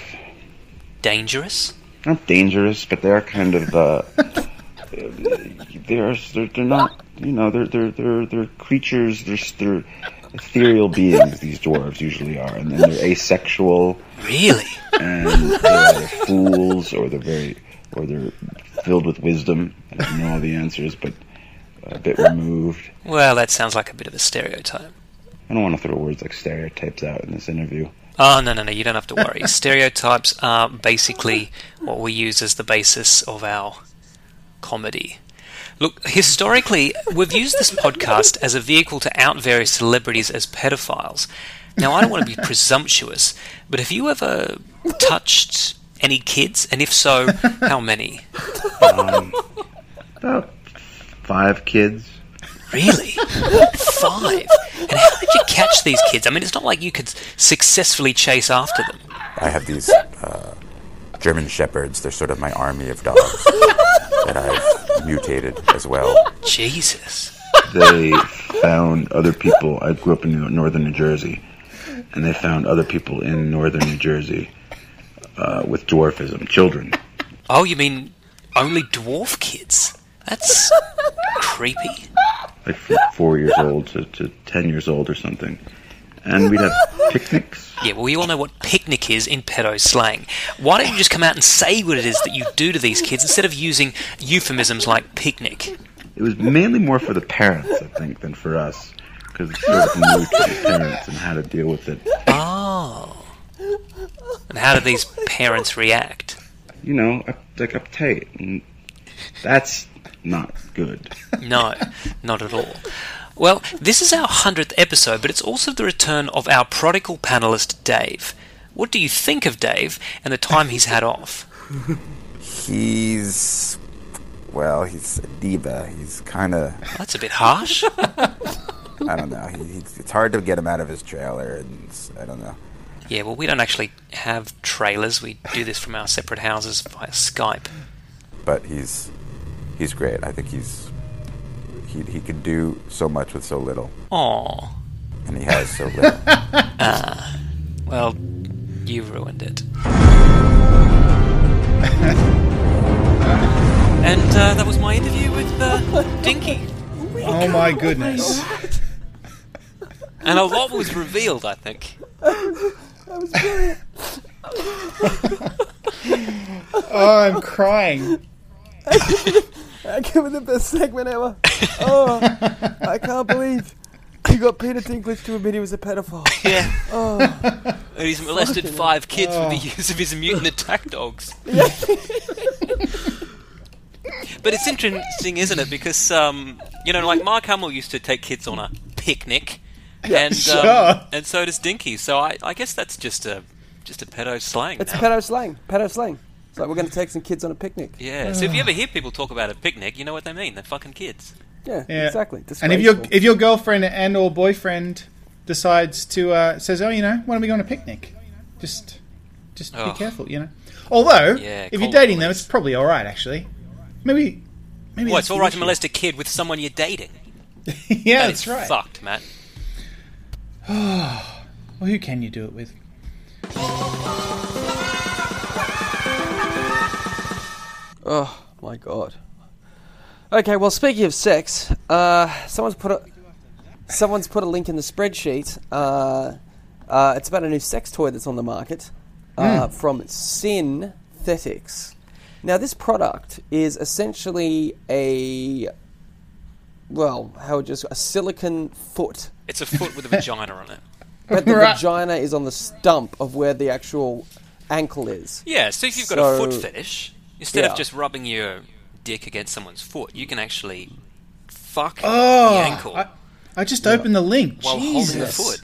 S4: Dangerous?
S7: not dangerous, but they are kind of uh, they're, they're they're not you know they're they're they're they're creatures they're they're ethereal beings. These dwarves usually are, and then they're asexual
S4: Really?
S7: and they're either fools or they're very or they're filled with wisdom. I don't know all the answers, but a bit removed.
S4: Well, that sounds like a bit of a stereotype.
S7: I don't want to throw words like stereotypes out in this interview.
S4: Oh, no, no, no, you don't have to worry. Stereotypes are basically what we use as the basis of our comedy. Look, historically, we've used this podcast as a vehicle to out various celebrities as pedophiles. Now, I don't want to be presumptuous, but have you ever touched any kids? And if so, how many?
S7: About five kids.
S4: Really? Five? And how did you catch these kids? I mean, it's not like you could successfully chase after them.
S6: I have these uh, German shepherds. They're sort of my army of dogs that I've mutated as well.
S4: Jesus.
S7: they found other people. I grew up in New- northern New Jersey, and they found other people in northern New Jersey uh, with dwarfism, children.
S4: Oh, you mean only dwarf kids? That's creepy.
S7: like from four years old to, to ten years old or something. And we'd have picnics.
S4: Yeah, well, we all know what picnic is in pedo slang. Why don't you just come out and say what it is that you do to these kids instead of using euphemisms like picnic?
S7: It was mainly more for the parents, I think, than for us, because it's sort of new to the parents and how to deal with it.
S4: Oh. And how do these parents react?
S7: You know, up, like uptight, and that's not good.
S4: No, not at all. Well, this is our 100th episode, but it's also the return of our prodigal panelist, Dave. What do you think of Dave and the time he's had off?
S6: He's well, he's a diva. He's kind of
S4: That's a bit harsh.
S6: I don't know. He, he's, it's hard to get him out of his trailer, and it's- I don't know.
S4: Yeah, well, we don't actually have trailers. We do this from our separate houses via Skype.
S6: But he's he's great. I think he's he he could do so much with so little,
S4: Aw.
S6: and he has so little.
S4: Well, you ruined it. and uh, that was my interview with uh, Dinky.
S2: Oh my goodness.
S4: And a lot was revealed, I think.
S2: Oh, I'm crying.
S3: I give it the best segment ever. Oh, I can't believe you got Peter Dinklage to admit he was a pedophile.
S4: Yeah. And he's molested five kids with the use of his mutant attack dogs. but it's interesting, isn't it? Because, um, you know, like Mark Hamill used to take kids on a picnic. and,
S2: sure.
S4: um, and so does Dinky. So I, I guess that's just a just a pedo slang.
S3: It's
S4: now.
S3: pedo slang. Pedo slang. It's like we're going to take some kids on a picnic.
S4: yeah. So if you ever hear people talk about a picnic, you know what they mean. They're fucking kids.
S3: Yeah,
S2: Yeah.
S3: exactly.
S2: And if your
S3: Disgraceful.
S2: if your girlfriend and or boyfriend decides to uh, says, "Oh, you know, why don't we go on a picnic?" Just just
S4: Oh.
S2: be careful, you know. Although,
S4: Yeah,
S2: if
S4: call
S2: you're
S4: the
S2: dating them,
S4: police.
S2: it's probably all right actually. Maybe. Maybe
S4: Well,
S2: that's
S4: it's all
S2: the
S4: right to
S2: issue.
S4: molest a kid with someone you're dating.
S2: Yeah,
S4: That
S2: that's
S4: is
S2: right.
S4: Fucked, Matt.
S2: Well, who can you do it with?
S3: Oh my god. Okay, well, speaking of sex, uh, someone's put a someone's put a link in the spreadsheet. Uh, uh, it's about a new sex toy that's on the market uh, from Synthetics. Now, this product is essentially a well, how would you just a silicon foot,
S4: It's a foot with a vagina on it.
S3: but the
S2: Right.
S3: vagina is on the stump of where the actual ankle is.
S4: Yeah, so if you've got a foot
S3: So-
S4: fetish, instead
S3: Yeah.
S4: of just rubbing your dick against someone's foot, you can actually fuck
S2: Oh,
S4: the ankle
S2: I, I just opened the link.
S4: while holding the
S2: Jesus.
S4: foot.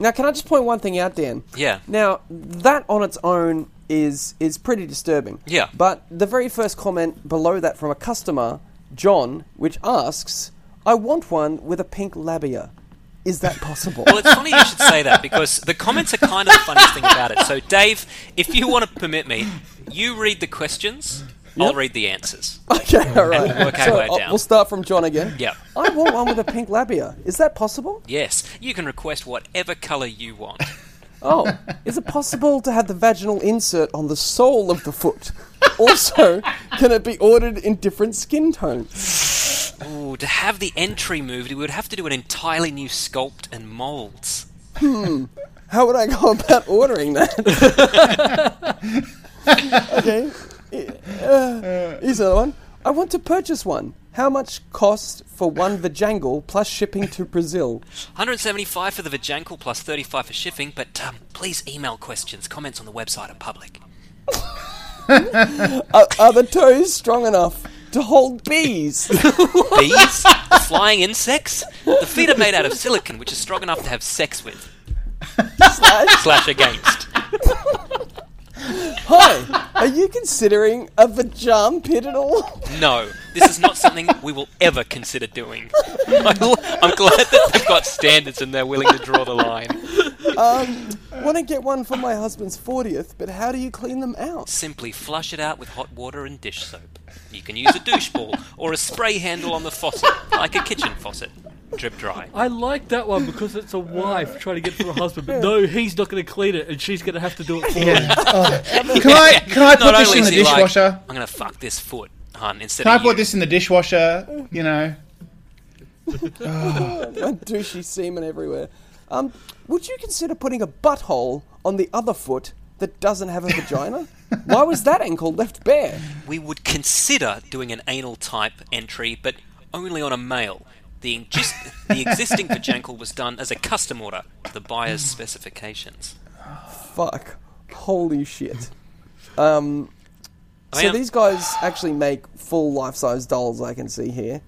S3: Now, can I just point one thing out, Dan?
S4: Yeah.
S3: Now that on its own is is pretty disturbing.
S4: Yeah.
S3: But the very first comment below that from a customer, John, which asks, "I want one with a pink labia. Is that possible?"
S4: Well, it's funny you should say that because the comments are kind of the funniest thing about it. So, Dave, if you want to permit me, you read the questions, I'll read the answers.
S3: okay, all right.
S4: we'll work our
S3: so
S4: way
S3: uh,
S4: down.
S3: we'll start from John again.
S4: Yeah.
S3: I want one with a pink labia. Is that possible?
S4: Yes, you can request whatever color you want.
S3: Oh, is it possible to have the vaginal insert on the sole of the foot? Also, can it be ordered in different skin tones?
S4: Ooh, to have the entry moved, we would have to do an entirely new sculpt and molds.
S3: How would I go about ordering that? okay. Uh, here's another one. I want to purchase one. How much cost for one vajangle plus shipping to Brazil?
S4: 175 for the Vajankle plus 35 for shipping, but um, please email questions. Comments on the website are public.
S3: Are, are the toes strong enough to hold bees?
S4: Bees? Flying insects? The feet are made out of silicon, which is strong enough to have sex with.
S3: Slash,
S4: Slash against.
S3: hi, are you considering a vajam pit at all?
S4: No, this is not something we will ever consider doing. I'm gl- I'm glad that they've got standards and they're willing to draw the line.
S3: Want to get one for my husband's 40th, but how do you clean them out?
S4: Simply flush it out with hot water and dish soap. You can use a douche ball or a spray handle on the faucet, like a kitchen faucet. Drip dry.
S1: I like that one because it's a wife trying to get to her husband. But no, he's not going to clean it, and she's going to have to do it for him.
S2: Can I, can I put
S4: Not
S2: this
S4: only
S2: in
S4: is
S2: the
S4: he like,
S2: dishwasher?
S4: I'm gonna fuck this foot, hun. Instead
S2: Can I
S4: of you.
S2: put this in the dishwasher? You know.
S3: My douchey semen everywhere. Um, would you consider putting a butthole on the other foot that doesn't have a vagina? Why was that ankle left bare?
S4: we would consider doing an anal type entry, but only on a male. The, just, the existing vajankle was done as a custom order to the buyer's specifications.
S3: Fuck. Holy shit. Um,
S4: I
S3: so
S4: am-
S3: these guys actually make full life-size dolls. I can see here,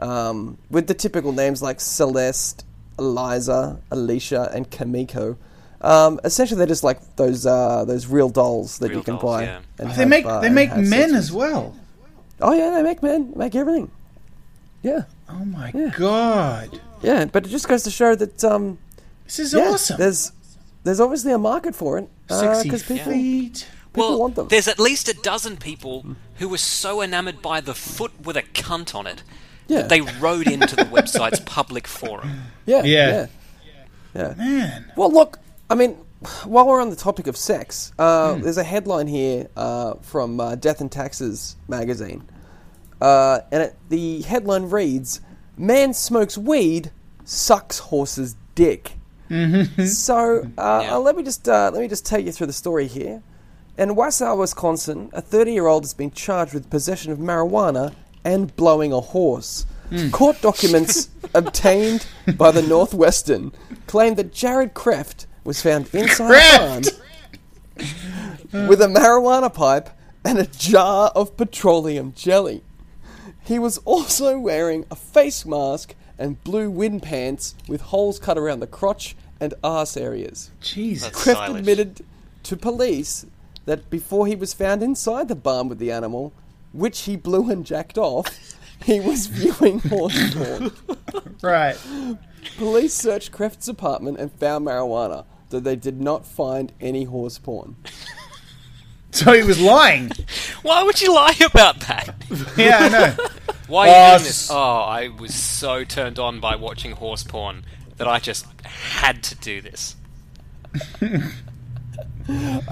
S3: um, with the typical names like Celeste, Eliza, Alicia, and Kamiko. Um, essentially, they're just like those uh, those real dolls that
S4: Real
S3: you can
S4: dolls,
S3: buy.
S4: yeah.
S3: and
S2: They
S3: have,
S2: make
S3: uh,
S2: they
S3: and
S2: make
S3: have sex
S2: men
S3: with.
S2: as well.
S3: Oh yeah, they make men make everything. Yeah,
S2: Oh my god,
S3: yeah, but it just goes to show that um,
S2: this is
S3: yeah,
S2: awesome.
S3: there's there's obviously a market for it
S2: Sexy
S3: because people
S2: feet.
S3: people
S4: well,
S3: want them.
S4: there's at least a dozen people who were so enamored by the foot with a cunt on it
S3: yeah,
S4: that they rode into the website's public forum.
S3: yeah,
S2: Yeah.
S3: yeah, yeah.
S2: Man,
S3: Well, look, I mean, while we're on the topic of sex, uh,
S2: Hmm.
S3: there's a headline here uh, from uh, Death and Taxes magazine, uh, and it, the headline reads: "Man smokes weed, sucks horse's dick." So uh,
S4: Yeah.
S3: uh, let me just uh, let me just take you through the story here. In Wausau, Wisconsin, a 30-year-old has been charged with possession of marijuana and blowing a horse. Court documents obtained by the Northwestern claim that Jared Kreft was found inside
S2: Kreft!
S3: a barn with a marijuana pipe and a jar of petroleum jelly. He was also wearing a face mask and blue wind pants with holes cut around the crotch and arse areas.
S2: Jesus.
S3: Kreft
S4: Silage.
S3: admitted to police that before he was found inside the barn with the animal, which he blew and jacked off, he was viewing horse porn.
S2: Right.
S3: Police searched Kreft's apartment and found marijuana, though they did not find any horse porn.
S2: So he was lying.
S4: Why would you lie about that?
S2: Yeah, I know.
S4: Why are you doing
S2: Horse.
S4: this? Oh, I was so turned on by watching horse porn that I just had to do this.
S3: I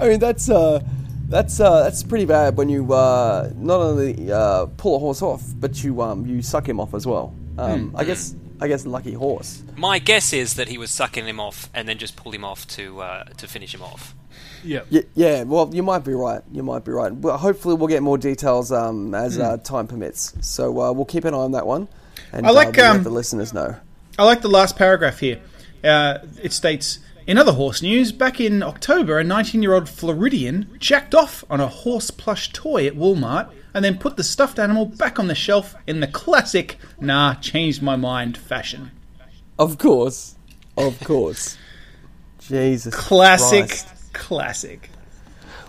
S3: mean, that's uh, that's uh, that's pretty bad when you uh, not only uh, pull a horse off, but you um, you suck him off as well. Um, I guess I guess lucky horse.
S4: My guess is that he was sucking him off and then just pulled him off to uh, to finish him off.
S1: Yeah.
S3: Y- yeah, well, you might be right. You might be right. Well, hopefully, we'll get more details um, as uh, time permits. So uh, we'll keep an eye on that one, and
S2: I
S3: uh,
S2: like,
S3: we'll
S2: um,
S3: let the listeners know.
S2: I like the last paragraph here. Uh, it states In other horse news, back in October, a 19 year old Floridian jacked off on a horse plush toy at Walmart and then put the stuffed animal back on the shelf in the classic, nah, changed my mind fashion.
S3: Of course, of course. Jesus,
S2: Classic,
S3: Christ.
S2: classic.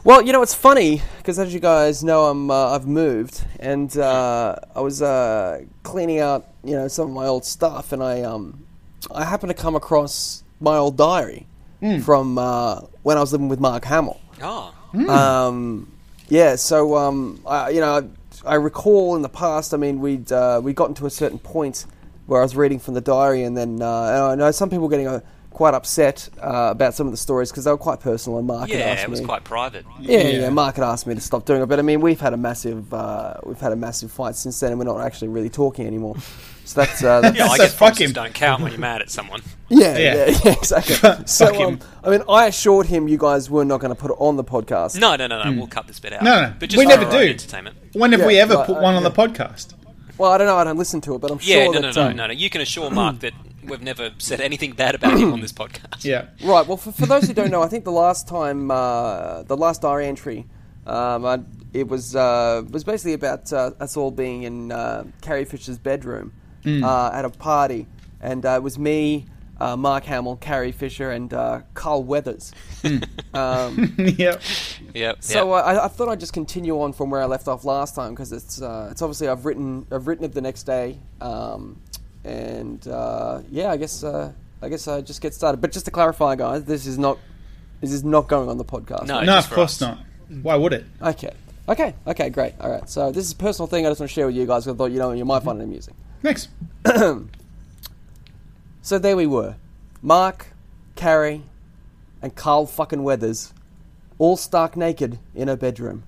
S3: Well, you know it's funny because as you guys know, I'm uh, I've moved and uh, I was uh, cleaning out you know some of my old stuff and I um I happened to come across my old diary
S4: Hmm.
S3: from uh, when I was living with Mark Hamill.
S2: Oh.
S4: Ah,
S3: Um, yeah, so um, I, you know, I recall in the past. I mean, we'd uh, we gotten to a certain point where I was reading from the diary, and then uh, and I know some people were getting uh, quite upset uh, about some of the stories because they were quite personal, and Mark had
S4: yeah,
S3: asked
S4: it was
S3: me.
S4: quite private.
S3: yeah, yeah, Mark had asked me to stop doing it, but I mean, we've had a massive, uh, we've had a massive fight since then, and we're not actually really talking anymore. So that's, uh, that's
S4: Yeah, I
S2: So
S4: guess
S2: fuck
S4: promises
S2: him.
S4: don't count when you're mad at someone.
S3: yeah,
S2: Yeah.
S3: yeah, yeah, exactly.
S2: Fuck
S3: so,
S2: him.
S3: um, I mean, I assured him you guys were not going to put it on the podcast.
S4: No, no, no, no. We'll cut this bit out.
S2: Hmm. No, no,
S4: But just
S2: we
S4: for
S2: never
S4: our own
S2: do.
S4: entertainment.
S2: When have
S3: Yeah,
S2: we ever
S3: but,
S2: put
S3: uh,
S2: one on
S3: yeah.
S2: the podcast?
S3: Well, I don't know. I don't listen to it, but I'm
S4: Yeah,
S3: sure
S4: no, no,
S3: that.
S4: no,
S3: um,
S4: no, no. You can assure Mark that we've never said anything bad about him on this podcast.
S2: Yeah.
S3: Right. Well, for, for those who don't know, I think the last time, uh, the last diary entry, um, I, it was uh, was basically about uh, us all being in uh, Carrie Fisher's bedroom uh, at a party, and uh, it was me, uh, Mark Hamill, Carrie Fisher, and uh, Carl Weathers. um,
S2: yeah.
S4: Yep.
S3: so
S4: yep.
S3: uh, I, I thought I'd just continue on from where I left off last time because it's uh, it's obviously I've written I've written it the next day, um, and uh, yeah, I guess uh, I guess I just get started. But just to clarify, guys, this is not this is not going on the podcast.
S4: No.
S2: No,
S4: just
S2: of
S4: for
S2: course
S4: us.
S2: not. Why would it?
S3: Okay. Okay. Okay. Great. All right. So this is a personal thing I just want to share with you guys. 'cause I thought you know you might find it amusing.
S2: Next.
S3: So there we were, Mark, Carrie, and Carl fucking Weathers, all stark naked in her bedroom.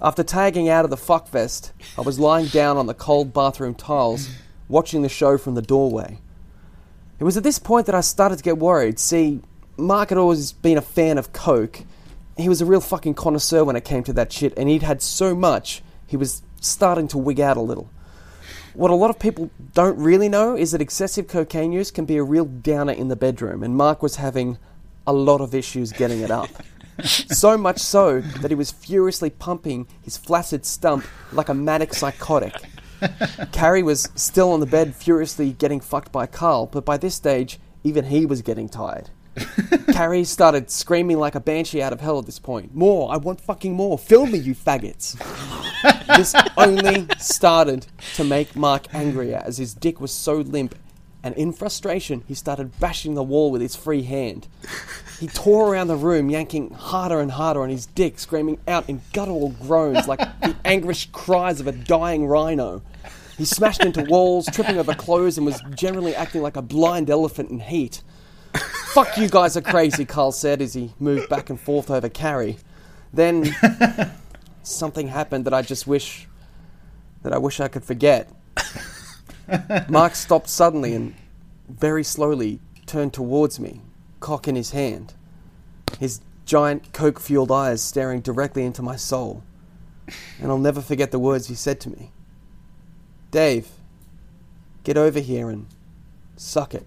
S3: After tagging out of the fuckfest, I was lying down on the cold bathroom tiles, watching the show from the doorway. It was at this point that I started to get worried. See, Mark had always been a fan of Coke. He was a real fucking connoisseur when it came to that shit, and he'd had so much, he was starting to wig out a little. What a lot of people don't really know is that excessive cocaine use can be a real downer in the bedroom, and Mark was having a lot of issues getting it up. so much so that he was furiously pumping his flaccid stump like a manic psychotic. Carrie was still on the bed, furiously getting fucked by Carl, but by this stage, even he was getting tired. Carrie started screaming like a banshee out of hell at this point. More, I want fucking more. Film me, you faggots. this only started to make Mark angrier as his dick was so limp, and in frustration, he started bashing the wall with his free hand. He tore around the room, yanking harder and harder on his dick, screaming out in guttural groans like the anguished cries of a dying rhino. He smashed into walls, tripping over clothes, and was generally acting like a blind elephant in heat. Fuck you guys are crazy, Carl said as he moved back and forth over Carrie. Then something happened that I just wish that I wish I could forget. Mark stopped suddenly and very slowly turned towards me, cock in his hand, his giant coke fueled eyes staring directly into my soul. And I'll never forget the words he said to me. Dave, get over here and suck it.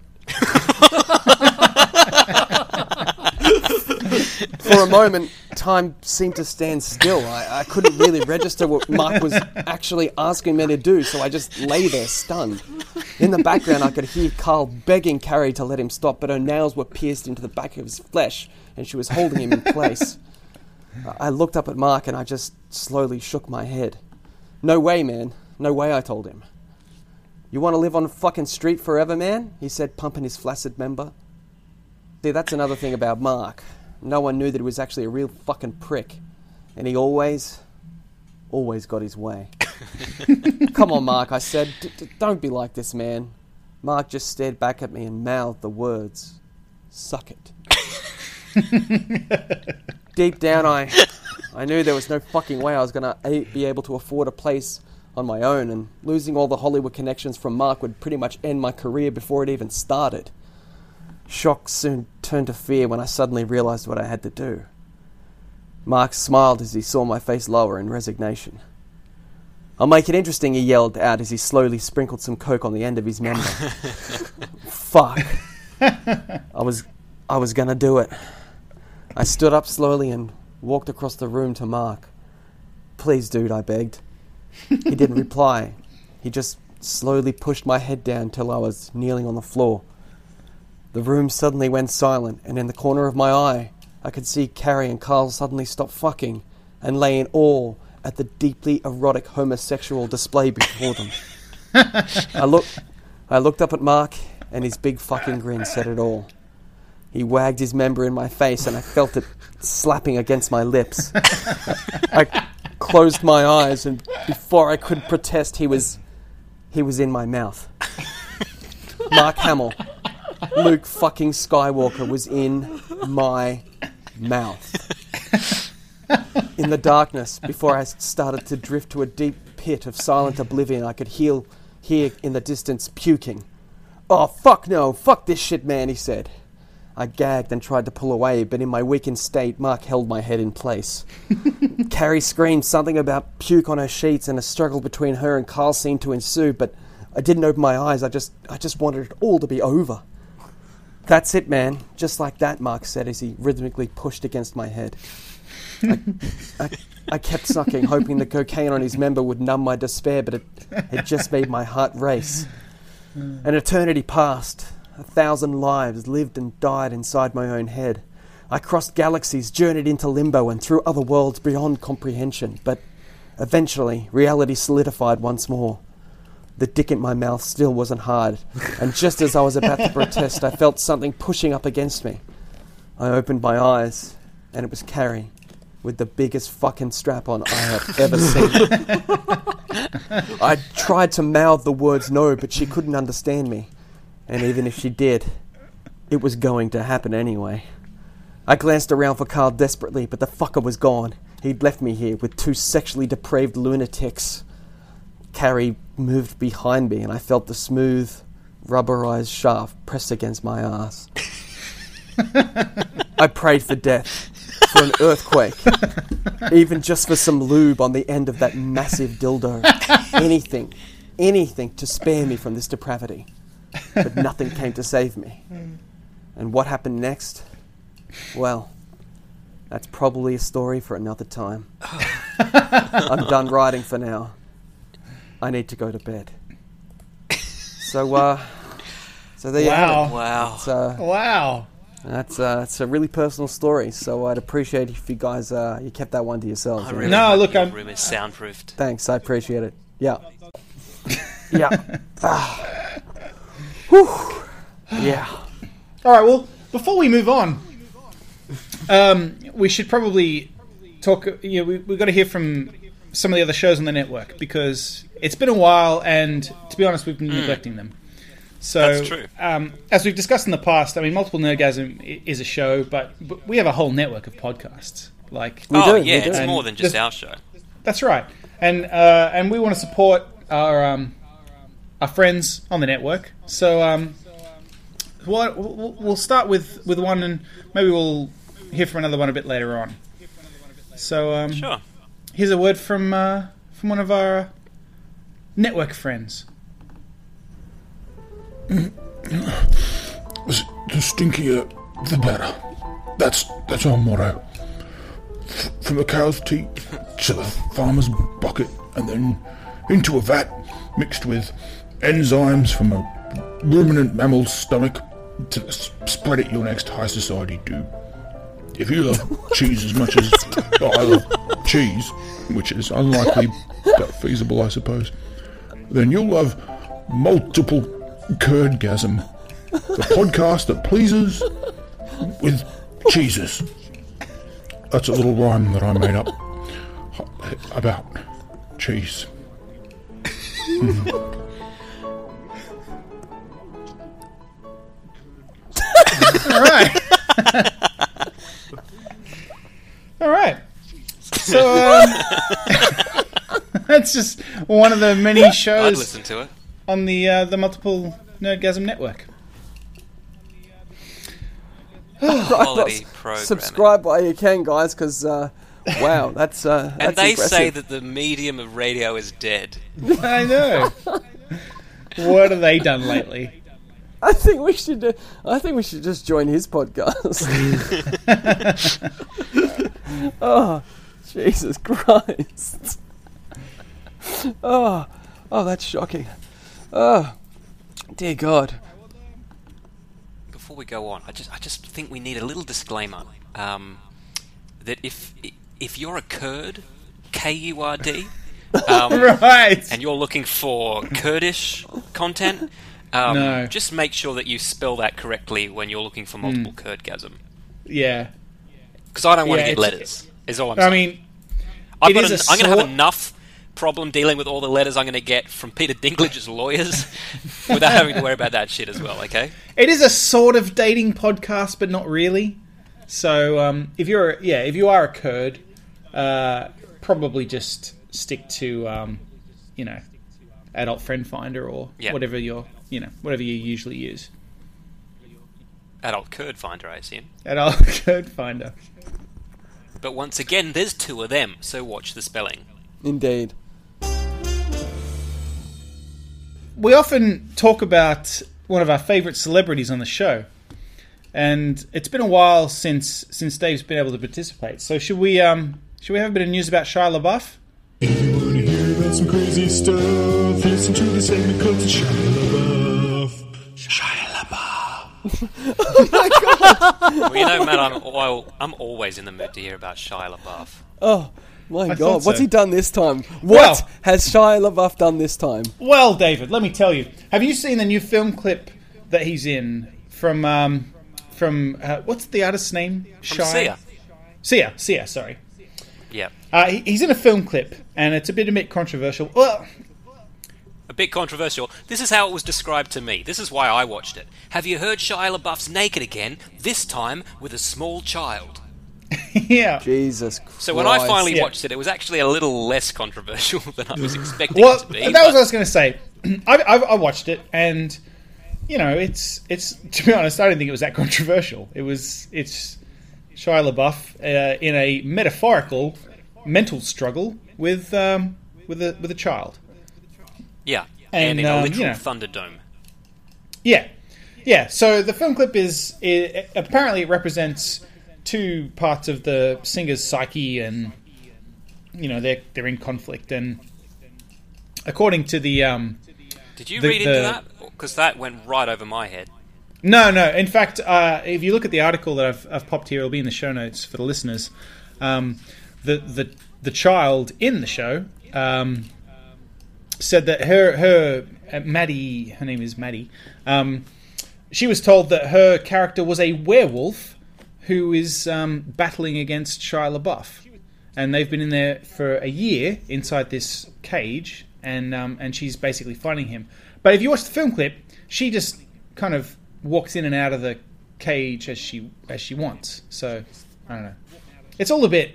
S3: For a moment, time seemed to stand still. I, I couldn't really register what Mark was actually asking me to do, so I just lay there stunned. In the background, I could hear Carl begging Carrie to let him stop, but her nails were pierced into the back of his flesh, and she was holding him in place. I I looked up at Mark and I just slowly shook my head. No way, man. No way, I told him. You want to live on the fucking street forever, man? He said, pumping his flaccid member. See, that's another thing about Mark. No one knew that he was actually a real fucking prick. And he always, always got his way. Come on, Mark, I said. D- d- don't be like this, man. Mark just stared back at me and mouthed the words, Suck it. Deep down, I, I knew there was no fucking way I was going to be able to afford a place on my own, and losing all the Hollywood connections from Mark would pretty much end my career before it even started. Shock soon turned to fear when I suddenly realized what I had to do. Mark smiled as he saw my face lower in resignation. I'll make it interesting, he yelled out as he slowly sprinkled some coke on the end of his member. Fuck. I was I was gonna do it. I stood up slowly and walked across the room to Mark. Please, dude, I begged. He didn't reply. He just slowly pushed my head down till I was kneeling on the floor. The room suddenly went silent, and in the corner of my eye, I could see Carrie and Carl suddenly stop fucking and lay in awe at the deeply erotic homosexual display before them. I looked, I looked up at Mark, and his big fucking grin said it all. He wagged his member in my face, and I felt it slapping against my lips. I closed my eyes, and before I could protest, he was, he was in my mouth. Mark Hamill, Luke fucking Skywalker was in my mouth. In the darkness, before I started to drift to a deep pit of silent oblivion, I could heal, hear in the distance puking. Oh, fuck no, fuck this shit, man, he said. I gagged and tried to pull away, but in my weakened state, Mark held my head in place. Carrie screamed something about puke on her sheets, and a struggle between her and Carl seemed to ensue, but I didn't open my eyes. I just, I just wanted it all to be over. That's it, man. Just like that, Mark said as he rhythmically pushed against my head. I, I, I kept sucking, hoping the cocaine on his member would numb my despair, but it, it just made my heart race. An eternity passed. A thousand lives lived and died inside my own head. I crossed galaxies, journeyed into limbo, and through other worlds beyond comprehension, but eventually reality solidified once more. The dick in my mouth still wasn't hard, and just as I was about to protest, I felt something pushing up against me. I opened my eyes, and it was Carrie, with the biggest fucking strap on I have ever seen. I tried to mouth the words no, but she couldn't understand me, and even if she did, it was going to happen anyway. I glanced around for Carl desperately, but the fucker was gone. He'd left me here with two sexually depraved lunatics. Carrie moved behind me, and I felt the smooth, rubberized shaft pressed against my ass. I prayed for death, for an earthquake, even just for some lube on the end of that massive dildo. Anything, anything to spare me from this depravity. But nothing came to save me. And what happened next? Well, that's probably a story for another time. I'm done writing for now. I need to go to bed. So, uh, so there you have
S2: Wow.
S3: it.
S4: Wow.
S3: It's, uh,
S2: Wow.
S3: that's uh, it's a really personal story. So I'd appreciate if you guys uh, you kept that one to yourselves.
S4: I
S3: you know?
S4: really
S2: No,
S4: hope
S2: look,
S4: your
S2: I'm-
S4: room is soundproofed.
S3: Thanks, I appreciate it. Yeah, yeah, Ah. Whew. yeah.
S2: All right. Well, before we move on, um, we should probably talk. You know, we, we've got to hear from some of the other shows on the network because it's been a while, and to be honest, we've been neglecting them. So,
S4: Hmm. That's true.
S2: Um, as we've discussed in the past, I mean, multiple nerdgasm i- is a show, but, but we have a whole network of podcasts. Like
S3: We
S4: oh
S3: do, we
S4: yeah,
S3: do.
S4: it's
S2: And
S4: more than just
S2: this-
S4: our show.
S2: that's right, and uh, and we want to support our um, our friends on the network. So um, what we'll we'll start with with one, and maybe we'll hear from another one a bit later on. So um,
S4: Sure.
S2: here's a word from uh, from one of our uh, network friends.
S8: S- The stinkier, the better. That's that's our motto. F- From the cow's teeth to the farmer's bucket, and then into a vat mixed with enzymes from a ruminant mammal's stomach to s- spread at your next high society do. If you love cheese as much as I love cheese, which is unlikely but feasible, I suppose, then you'll love multiple curdgasm the podcast that pleases with cheeses. That's a little rhyme that I made up about cheese.
S2: All right. All right. So um, that's just one of the many
S4: I'd
S2: shows
S4: listen to it.
S2: on the uh, the multiple nerdgasm network.
S4: Quality programming.
S3: Subscribe while you can, guys, because uh, wow, that's uh,
S4: and
S3: that's
S4: they
S3: impressive.
S4: say that the medium of radio is dead.
S2: I know. what have they done lately?
S3: I think we should. Do, I think we should just join his podcast. oh, Jesus Christ! Oh, oh, that's shocking. Oh, dear God.
S4: Before we go on, I just I just think we need a little disclaimer um, that if if you're a curd, K U R D, um,
S2: Right.
S4: and you're looking for Kurdish content, um,
S2: No.
S4: just make sure that you spell that correctly when you're looking for multiple Kurdgasm.
S2: Yeah.
S4: Because I don't want
S2: Hmm. Yeah,
S4: to get
S2: it's-
S4: letters. Is all I'm
S2: I
S4: saying.
S2: mean,
S4: I've
S2: It
S4: got
S2: is
S4: an,
S2: a
S4: I'm going to
S2: sort-
S4: have enough problem dealing with all the letters I'm going to get from Peter Dinklage's lawyers without having to worry about that shit as well, okay?
S2: it is a sort of dating podcast, but not really. So um, if you're yeah, if you are a Kurd, uh, probably just stick to um, you know adult friend finder or
S4: Yeah.
S2: whatever you're you know whatever you usually use
S4: Adult Kurd Finder, I assume.
S2: adult Kurd finder.
S4: But once again, there's two of them, so watch the spelling.
S3: Indeed.
S2: we often talk about one of our favorite celebrities on the show, and it's been a while since since Dave's been able to participate. So should we um should we have a bit of news about Shia LaBeouf?
S9: wanna hear about some crazy stuff? Listen to the segment called the Shia LaBeouf. Shia LaBeouf.
S4: Well, you know, Matt, I'm, al- I'm always in the mood to hear about Shia LaBeouf.
S3: My
S2: thought
S3: God, what's
S2: so.
S3: he done this time? What
S2: Well-
S3: has Shia LaBeouf done this time?
S2: Well, David, let me tell you. Have you seen the new film clip that he's in from um from uh, what's the artist's name?
S4: From Sia.
S2: Sia. Sia. Sorry.
S4: Yeah.
S2: Uh, he, he's in a film clip, and it's a bit a bit controversial. Well,
S4: A bit controversial. This is how it was described to me. This is why I watched it. Have you heard Shia LaBeouf's naked again, this time with a small child?
S2: yeah.
S3: Jesus Christ!
S4: So when I finally
S2: Yeah.
S4: watched it, it was actually a little less controversial than I was expecting
S2: Well,
S4: it to be.
S2: that was what I
S4: but-
S2: was going to say. I, I, I watched it, and you know, it's it's to be honest, I don't think it was that controversial. It was it's Shia LaBeouf uh, in a metaphorical mental struggle with um, with a with a child.
S4: yeah,
S2: and,
S4: and, in a
S2: um,
S4: literal
S2: you know.
S4: Thunderdome.
S2: Yeah, yeah. So the film clip is it, apparently it represents two parts of the singer's psyche, and you know they're they're in conflict. And according to the um,
S4: Did you
S2: The-
S4: read into
S2: the-
S4: that? Because that went right over my head.
S2: No, no. In fact, uh, if you look at the article that I've, I've popped here, it'll be in the show notes for the listeners. Um, the the the child in the show um, said that her her uh, Maddie, her name is Maddie. Um, she was told that her character was a werewolf who is um, battling against Shia LaBeouf, and they've been in there for a year inside this cage, and um, and she's basically fighting him. But if you watch the film clip, she just kind of walks in and out of the cage as she as she wants. So I don't know. It's all a bit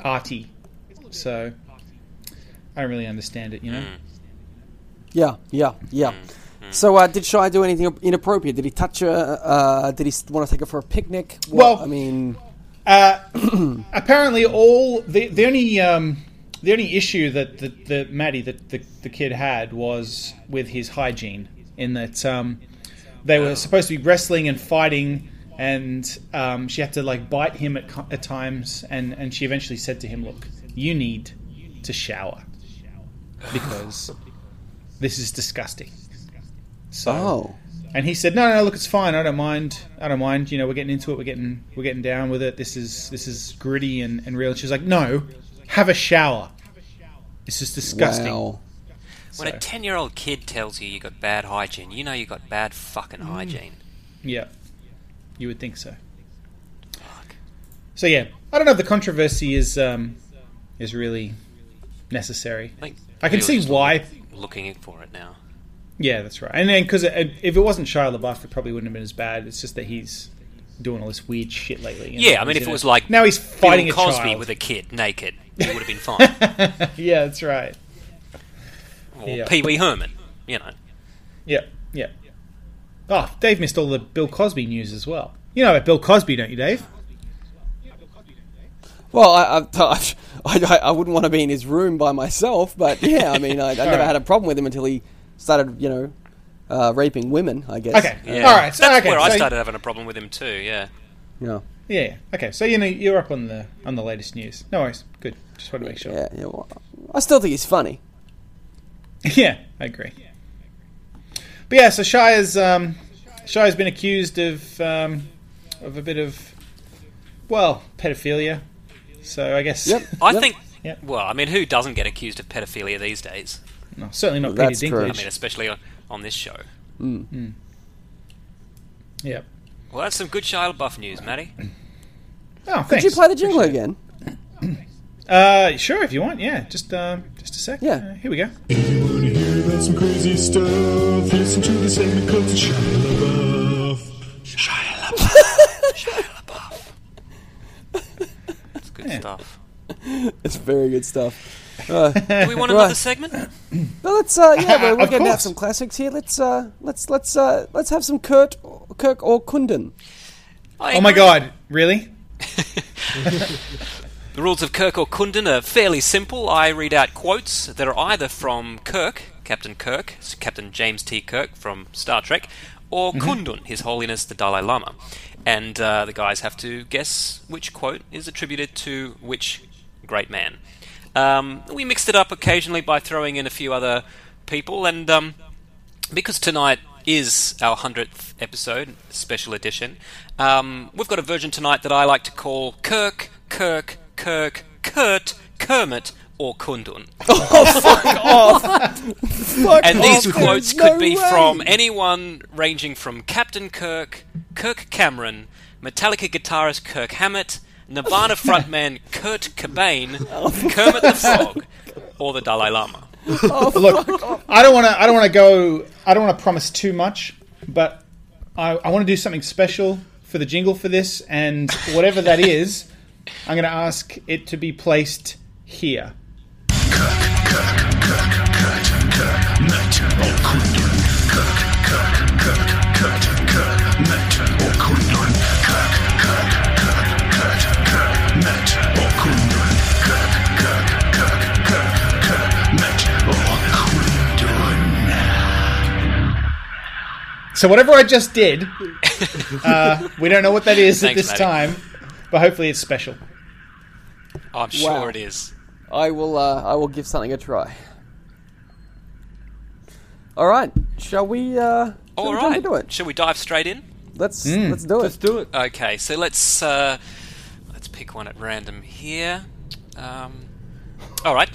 S2: arty, so I don't really understand it. You know,
S3: Yeah, yeah, yeah.
S4: Mm-hmm.
S3: So uh, did Shia do anything inappropriate? Did he touch her? Uh, did he want to take her for a picnic? What-
S2: Well-
S3: I mean,
S2: apparently all the the only. Um, the only issue that the, the Maddie that the, the kid had was with his hygiene, in that um, they were supposed to be wrestling and fighting, and um, she had to like bite him at, co- at times, and, and she eventually said to him, "Look, you need to shower because this is disgusting." So,
S3: oh,
S2: and he said, "No, no, look, it's fine. I don't mind. I don't mind. You know, we're getting into it. We're getting we're getting down with it. This is this is gritty and, and real." And she's like, "No, have a shower. This is disgusting."
S3: wow.
S4: When a ten-year-old kid tells you you got bad hygiene, you know you got bad
S2: Mm.
S4: fucking hygiene.
S2: Yeah, you would think so. So yeah, I don't know if the controversy is um, is really necessary.
S4: I, think
S2: I can
S4: we were
S2: see
S4: just-
S2: why
S4: looking for it now.
S2: Yeah, that's right. And then because if it wasn't Shia LaBeouf, it probably wouldn't have been as bad. It's just that he's doing all this weird shit lately. you know,
S4: Yeah, I mean,
S2: he's
S4: if
S2: in
S4: it was like
S2: now he's fighting
S4: Bill
S2: a
S4: Cosby
S2: child.
S4: with a kid naked, it would have been fine.
S2: yeah, that's right.
S4: or
S2: Yeah.
S4: Pee Wee Herman, you know.
S2: Yeah, yeah. Oh, Dave missed all the Bill Cosby news as well. You know about Bill Cosby, don't you, Dave?
S3: Well, I, I, I, I wouldn't want to be in his room by myself, but yeah, I mean, I, I never
S2: right.
S3: had a problem with him until he started, you know, uh, raping women. I guess.
S2: Okay,
S4: Yeah.
S2: all right. So,
S4: That's
S2: okay,
S4: where I
S2: so-
S4: started having a problem with him too. Yeah.
S3: Yeah.
S2: Yeah, yeah. okay. So you know you're up on the on the latest news. No worries. Good. Just want to make sure.
S3: Yeah. yeah well, I still think he's funny.
S2: Yeah, I agree. But yeah, so Shire's um, Shire's been accused of um, of a bit of well pedophilia. So I guess
S3: Yep.
S4: I
S3: Yep.
S4: think.
S2: Yep.
S4: Well, I mean, who doesn't get accused of pedophilia these days?
S2: no, certainly not
S3: Well, that's
S2: Peter
S3: true.
S4: I mean,
S2: Dinklage.
S4: especially on, on this show.
S2: Yep.
S4: Well, that's some good Shia LaBeouf news, Matty.
S2: Oh,
S3: Did
S2: thanks.
S3: you play the jingle again?
S2: Uh, sure, if you want. Yeah, just um, just a sec.
S3: Yeah.
S2: Uh, here we go.
S9: If you wanna hear about some crazy stuff, listen to the segment called the Shia LaBeouf. Shia LaBeouf.
S4: It's good stuff.
S3: It's very good stuff.
S4: Do we want another segment?
S3: But let's, uh, yeah, we're, we're
S2: Of
S3: getting out
S2: course.
S3: some classics here. Let's, uh, let's, let's, uh, let's have some Kurt, Kirk or Kunden.
S4: I
S2: Oh my
S4: agree.
S2: God, really?
S4: The rules of Kirk or Kunden are fairly simple. I read out quotes that are either from Kirk, Captain Kirk, s- Captain James T. Kirk from Star Trek, or
S2: Mm-hmm.
S4: Kundun, His Holiness the Dalai Lama. And uh, the guys have to guess which quote is attributed to which great man. Um, we mixed it up occasionally by throwing in a few other people, and um, because tonight is our 100th episode, special edition, um, we've got a version tonight that I like to call Kirk, Kirk, Kirk, Kurt, Kermit, or Kundun.
S3: Fuck
S4: And these
S3: off,
S4: quotes
S3: there's
S4: could be
S3: no way.
S4: from anyone ranging from Captain Kirk, Kirk Cameron, Metallica guitarist Kirk Hammett, Nirvana frontman Kurt Cobain,
S3: Oh.
S4: Kermit the Frog, or the Dalai Lama.
S2: Look, I don't want to. I don't want to go. I don't want to promise too much, but I, I want to do something special for the jingle for this, and whatever that is, I'm going to ask it to be placed here. So whatever I just did, uh, we don't know what that is at
S4: Thanks,
S2: this
S4: Matty.
S2: time, but hopefully it's special.
S4: I'm sure
S3: Wow.
S4: it is.
S3: I will, uh, I will give something a try. All right. Shall we, uh, shall
S4: All
S3: we jump
S4: right.
S3: into it?
S4: Shall we dive straight in?
S3: Let's,
S2: Mm.
S3: let's do it.
S1: Let's do it.
S4: Okay, so let's uh, let's pick one at random here. Um, all right,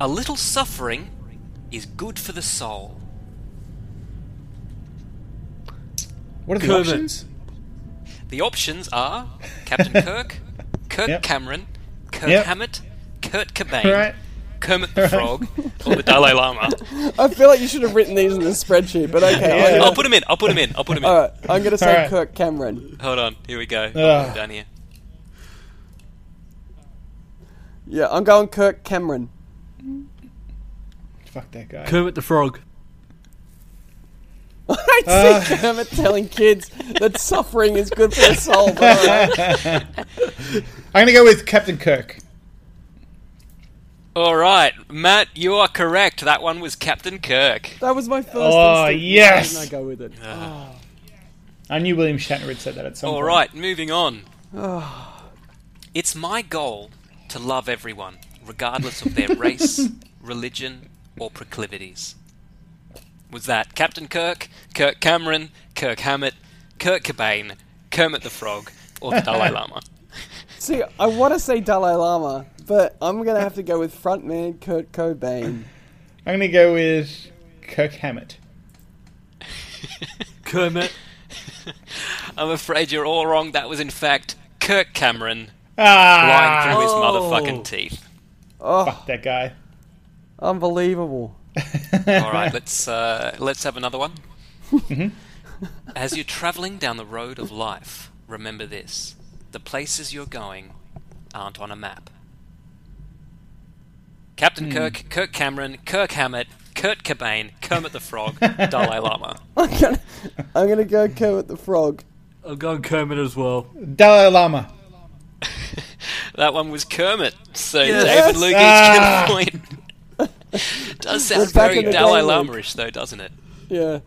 S4: a little suffering is good for the soul.
S2: What are the
S1: Kermit.
S2: options?
S4: The options are Captain Kirk, Kirk
S2: Yep.
S4: Cameron, Kirk
S2: Yep.
S4: Hammett, Kurt Cobain,
S2: All right.
S4: Kermit the Frog, or the Dalai Lama.
S3: I feel like you should have written these in the spreadsheet, but okay.
S4: I'll put him in. I'll put him in. I'll put him in.
S3: All right, I'm going to say
S2: Alright.
S3: Kirk Cameron.
S4: Hold on. Here we go. I'll put
S2: Ugh.
S4: him down here.
S3: Yeah, I'm going Kirk Cameron.
S2: Fuck that guy.
S1: Kermit the Frog.
S3: I
S2: Uh.
S3: see Kermit telling kids that suffering is good for the soul. but alright.
S2: I'm going to go with Captain Kirk.
S4: All right, Matt, you are correct. That one was Captain Kirk.
S3: That was my first.
S2: Oh,
S3: instinct.
S2: yes.
S3: Why didn't I go with it?
S2: I knew William Shatner had said that at some
S4: All
S2: point.
S4: right, moving on. it's my goal to love everyone, regardless of their race, religion, or proclivities. Was that Captain Kirk, Kirk Cameron, Kirk Hammett, Kirk Cobain, Kermit the Frog, or the Dalai Lama?
S3: See, I want to say Dalai Lama, but I'm gonna have to go with frontman Kurt Cobain.
S2: I'm going to go with Kirk Hammett.
S1: Kermit.
S4: I'm afraid you're all wrong. That was, in fact, Kirk Cameron lying
S2: Ah,
S4: through his
S1: Oh.
S4: motherfucking teeth.
S2: fuck that guy.
S3: Unbelievable.
S4: All right, let's uh, let's have another one.
S3: Mm-hmm.
S4: As you're traveling down the road of life, remember this: the places you're going aren't on a map. Captain
S3: Hmm.
S4: Kirk, Kirk Cameron, Kirk Hammett, Kurt Cobain, Kermit the Frog, Dalai Lama.
S3: I'm gonna, I'm gonna go Kermit the Frog.
S1: I'm going Kermit as well.
S2: Dalai Lama.
S4: That one was Kermit, so
S3: Yes.
S4: David Luke gets
S2: Ah.
S4: good point. Does sound
S3: We're back
S4: very
S3: in the
S4: Dalai
S3: game, Luke.
S4: Lama-ish, though, doesn't it?
S3: Yeah,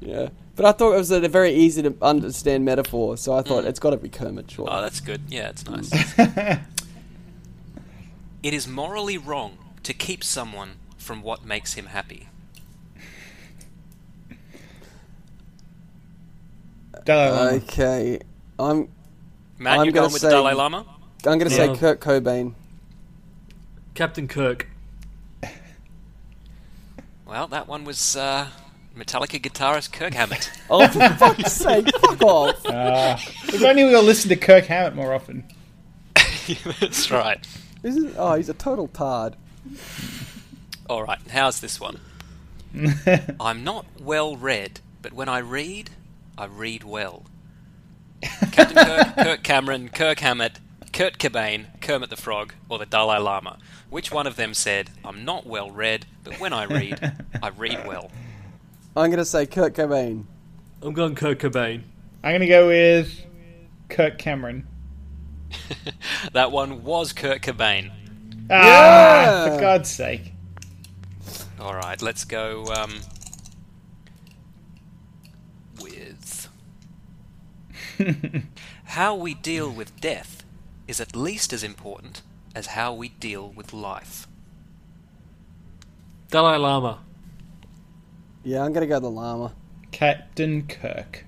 S3: yeah. But I thought it was a very easy to understand metaphor, so I thought
S2: Mm.
S3: it's got to be Kermit. Sure.
S4: Oh, that's good. Yeah, it's nice. it is morally wrong to keep someone from what makes him happy.
S2: Dalai
S3: Um,
S2: Lama.
S3: okay, I'm
S4: Matt,
S3: I'm
S4: you're
S3: gonna
S4: going with
S3: say-
S4: Dalai Lama?
S3: I'm gonna
S1: Yeah.
S3: say Kurt Cobain.
S1: Captain Kirk.
S4: Well, that one was uh, Metallica guitarist Kirk Hammett.
S3: Oh, for fuck's sake! Fuck off!
S2: if only we were listening to Kirk Hammett more often.
S4: That's right.
S3: Isn't, oh, he's a total tard.
S4: All right, how's this one? I'm not well read, but when I read, I read well. Captain Kirk, Kirk Cameron, Kirk Hammett, Kurt Cobain, Kermit the Frog, or the Dalai Lama. Which one of them said, I'm not well read, but when I read, I read well?
S3: I'm gonna say Kurt Cobain.
S1: I'm going Kurt Cobain.
S2: I'm gonna go with Kirk Cameron.
S4: That one was Kurt Cobain.
S2: Ah,
S3: Yeah.
S2: for God's sake.
S4: All right, let's go um, with how we deal with death is at least as important as how we deal with life.
S1: Dalai Lama.
S3: Yeah, I'm gonna go the llama.
S2: Captain Kirk.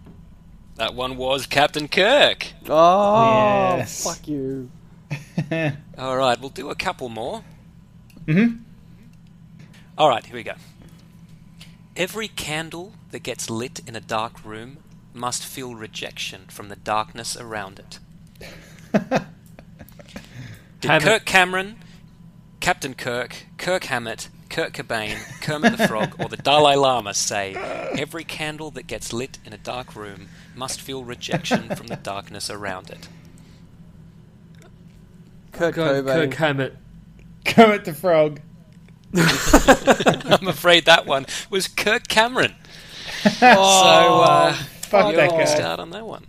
S4: That one was Captain Kirk.
S3: Oh,
S2: Yes.
S3: fuck you!
S4: All right, we'll do a couple more. Mm-hmm. All right, here we go. Every candle that gets lit in a dark room must feel rejection from the darkness around it. Did
S1: Hammett.
S4: Kirk Cameron, Captain Kirk, Kirk Hammett, Kirk Cobain, Kermit the Frog, or the Dalai Lama say every candle that gets lit in a dark room must feel rejection from the darkness around it?
S3: Kurt
S1: Going
S3: Cobain.
S1: Kirk Hammett.
S2: Kermit the Frog.
S4: I'm afraid that one was Kirk Cameron.
S3: Oh,
S4: so uh,
S2: Fuck that
S4: we
S2: guy.
S4: start on that one.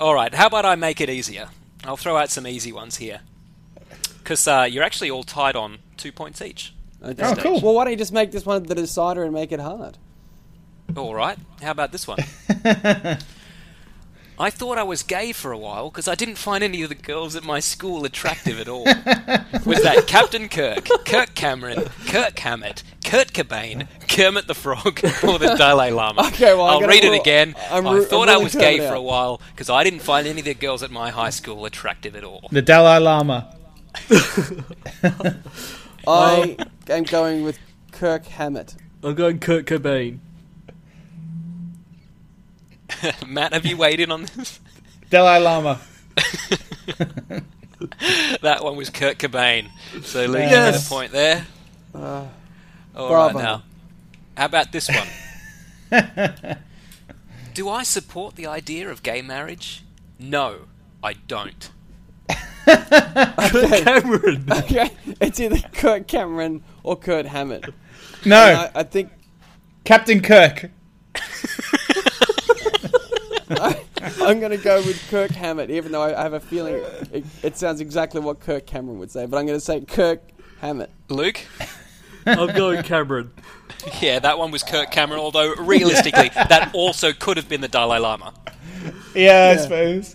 S4: All right. How about I make it easier? I'll throw out some easy ones here, because uh, you're actually all tied on two points each.
S3: okay.
S2: Oh, cool.
S3: Well, why don't you just make this one the decider and make it hard?
S4: All right. How about this one? I thought I was gay for a while because I didn't find any of the girls at my school attractive at all. Was that Captain Kirk, Kirk Cameron, Kirk Hammett, Kurt Cobain, Kermit the Frog, or the Dalai Lama?
S3: Okay, well, I'm
S4: I'll
S3: gonna
S4: read it
S3: rule-
S4: again.
S3: I'm
S4: I
S3: ru-
S4: thought
S3: I'm
S4: I
S3: ruling
S4: was gay
S3: Kermit
S4: for a
S3: out.
S4: while because I didn't find any of the girls at my high school attractive at all.
S2: The Dalai Lama.
S3: I am going with Kirk Hammett.
S1: I'm going Kurt Cobain.
S4: Matt, have you weighed in on this?
S2: Dalai Lama.
S4: That one was Kurt Cobain. So Lee, you get a
S2: Yes.
S4: point there. All right
S3: bravo.
S4: now, how about this one? Do I support the idea of gay marriage? No, I don't.
S1: Kurt Cameron.
S3: Okay, it's either Kurt Cameron or Kurt Hammett.
S2: No,
S3: I, I think
S2: Captain Kirk.
S3: I'm going to go with Kirk Hammett, even though I, I have a feeling it, it sounds exactly what Kirk Cameron would say. But I'm going to say Kirk Hammett.
S4: Luke?
S1: I'm going Cameron.
S4: Yeah, that one was Kurt Cameron, although realistically, that also could have been the Dalai Lama.
S2: Yeah, I suppose.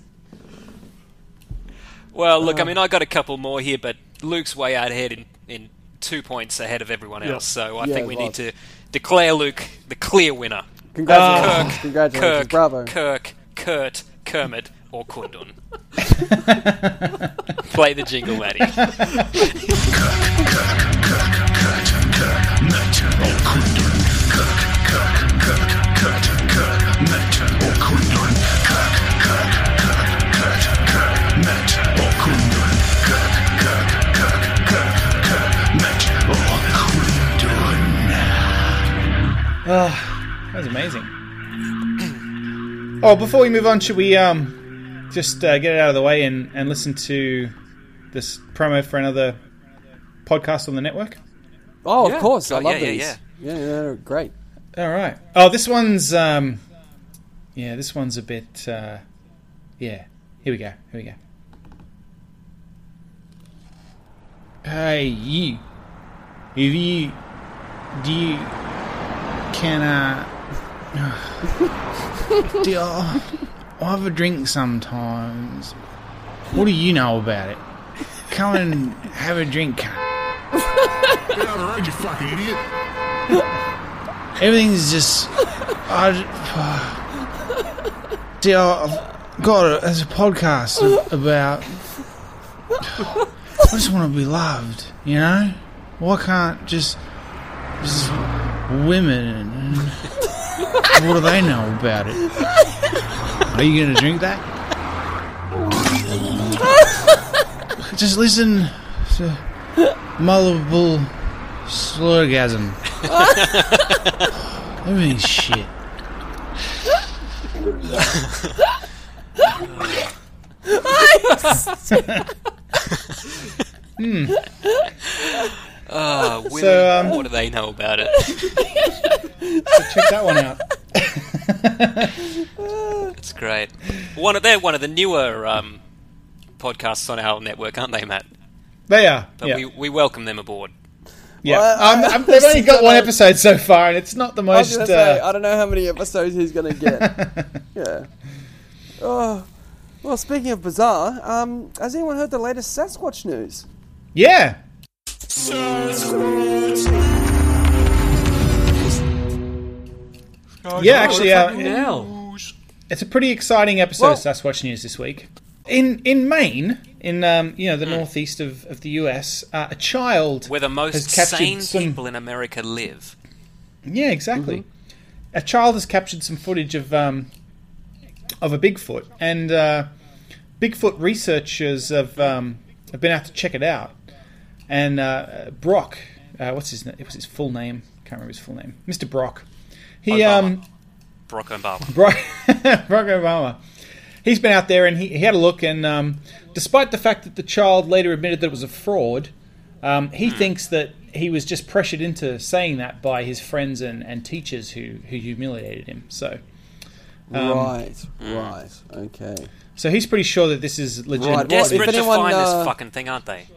S4: Well, look, I mean, I got a couple more here, but Luke's way out ahead in, in two points ahead of everyone
S1: Yeah.
S4: else, so I
S3: Yeah,
S4: think we need
S3: lots.
S4: to declare Luke the clear winner.
S3: Congratulations.
S4: Kirk,
S3: Congratulations.
S4: Kirk,
S3: Bravo.
S4: Kirk, Kurt, Kermit, or Kundun. Play the jingle, Matty.
S2: that was amazing. Oh, before we move on, should we um just uh, get it out of the way and, and listen to this promo for another podcast on the network?
S3: Oh,
S4: Yeah.
S3: of course. I
S4: Oh,
S3: love
S4: yeah, yeah,
S3: these.
S4: yeah.
S3: yeah, they're great.
S2: All right. Oh, this one's um, yeah, this one's a bit uh, yeah. Here we go. Here we go. Hey you, if you do you can uh, do you- I have a drink sometimes? What do you know about it? Come and have a drink.
S9: Get out of range, you fucking idiot.
S2: Everything's just. I. See, I- I've got a, there's a podcast a- about. I just want to be loved, you know. Why can't just just women and, and what do they know about it? Are you going to drink that? just listen to multiple slurgasm. Everything's shit.
S4: Ah, women,
S2: So, um,
S4: what do they know about it?
S2: Check that one out.
S4: It's great. One of they're one of the newer um, podcasts on our network, aren't they, Matt?
S2: They are.
S4: But
S2: yeah.
S4: we, we welcome them aboard.
S2: yeah.
S3: Well,
S2: Um,
S3: I-
S2: I've- they've only got one episode so far, and it's not the
S3: I
S2: most.
S3: was gonna say,
S2: uh,
S3: I don't know how many episodes he's gonna get. yeah. Oh, well, speaking of bizarre, um, has anyone heard the latest Sasquatch news?
S2: yeah. Yeah, actually, uh,
S1: Fucking now.
S2: it's a pretty exciting episode
S3: Well-
S2: of Sasquatch News this week. In in Maine, in um, you know the northeast of, of the U.S., uh, a child
S4: Where the most
S2: has captured
S4: sane
S2: some-
S4: people in America live.
S2: Yeah, exactly. A child has captured some footage of um, of a Bigfoot, and uh, Bigfoot researchers have um, have been out to check it out. And uh, Brock, uh, what's his name? It was his full name. Can't remember his full name. Mr. Brock. He
S4: Obama.
S2: um,
S4: Barack Obama.
S2: Barack, Barack Obama. He's been out there and he, he had a look, and um, despite the fact that the child later admitted that it was a fraud, um, he
S4: Hmm.
S2: thinks that he was just pressured into saying that by his friends and, and teachers who, who humiliated him. So,
S3: right, right, okay.
S2: so he's pretty sure that this is legit.
S3: Right, well,
S4: Desperate
S3: if
S4: to
S3: anyone,
S4: find
S3: uh,
S4: this fucking thing, aren't they?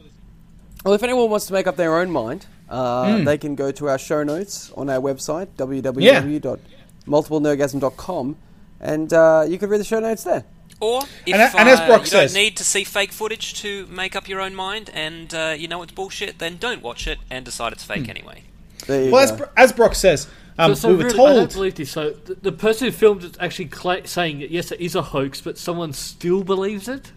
S3: Well, if anyone wants to make up their own mind, uh,
S2: Hmm.
S3: they can go to our show notes on our website, www.multiplenergasm.com, and uh, you can read the show notes there.
S4: Or if
S2: And a- and as
S4: uh,
S2: Brock
S4: you
S2: says-
S4: don't need to see fake footage to make up your own mind, and uh, you know it's bullshit, then don't watch it and decide it's
S2: Hmm.
S4: fake anyway.
S3: There you
S2: Well,
S3: go.
S2: as, Bro- as Brock says, um,
S1: So, so
S2: we were
S1: really, I
S2: told.
S1: don't believe this. So the, the person who filmed it's actually cla saying that yes, it is a hoax, but someone still believes it.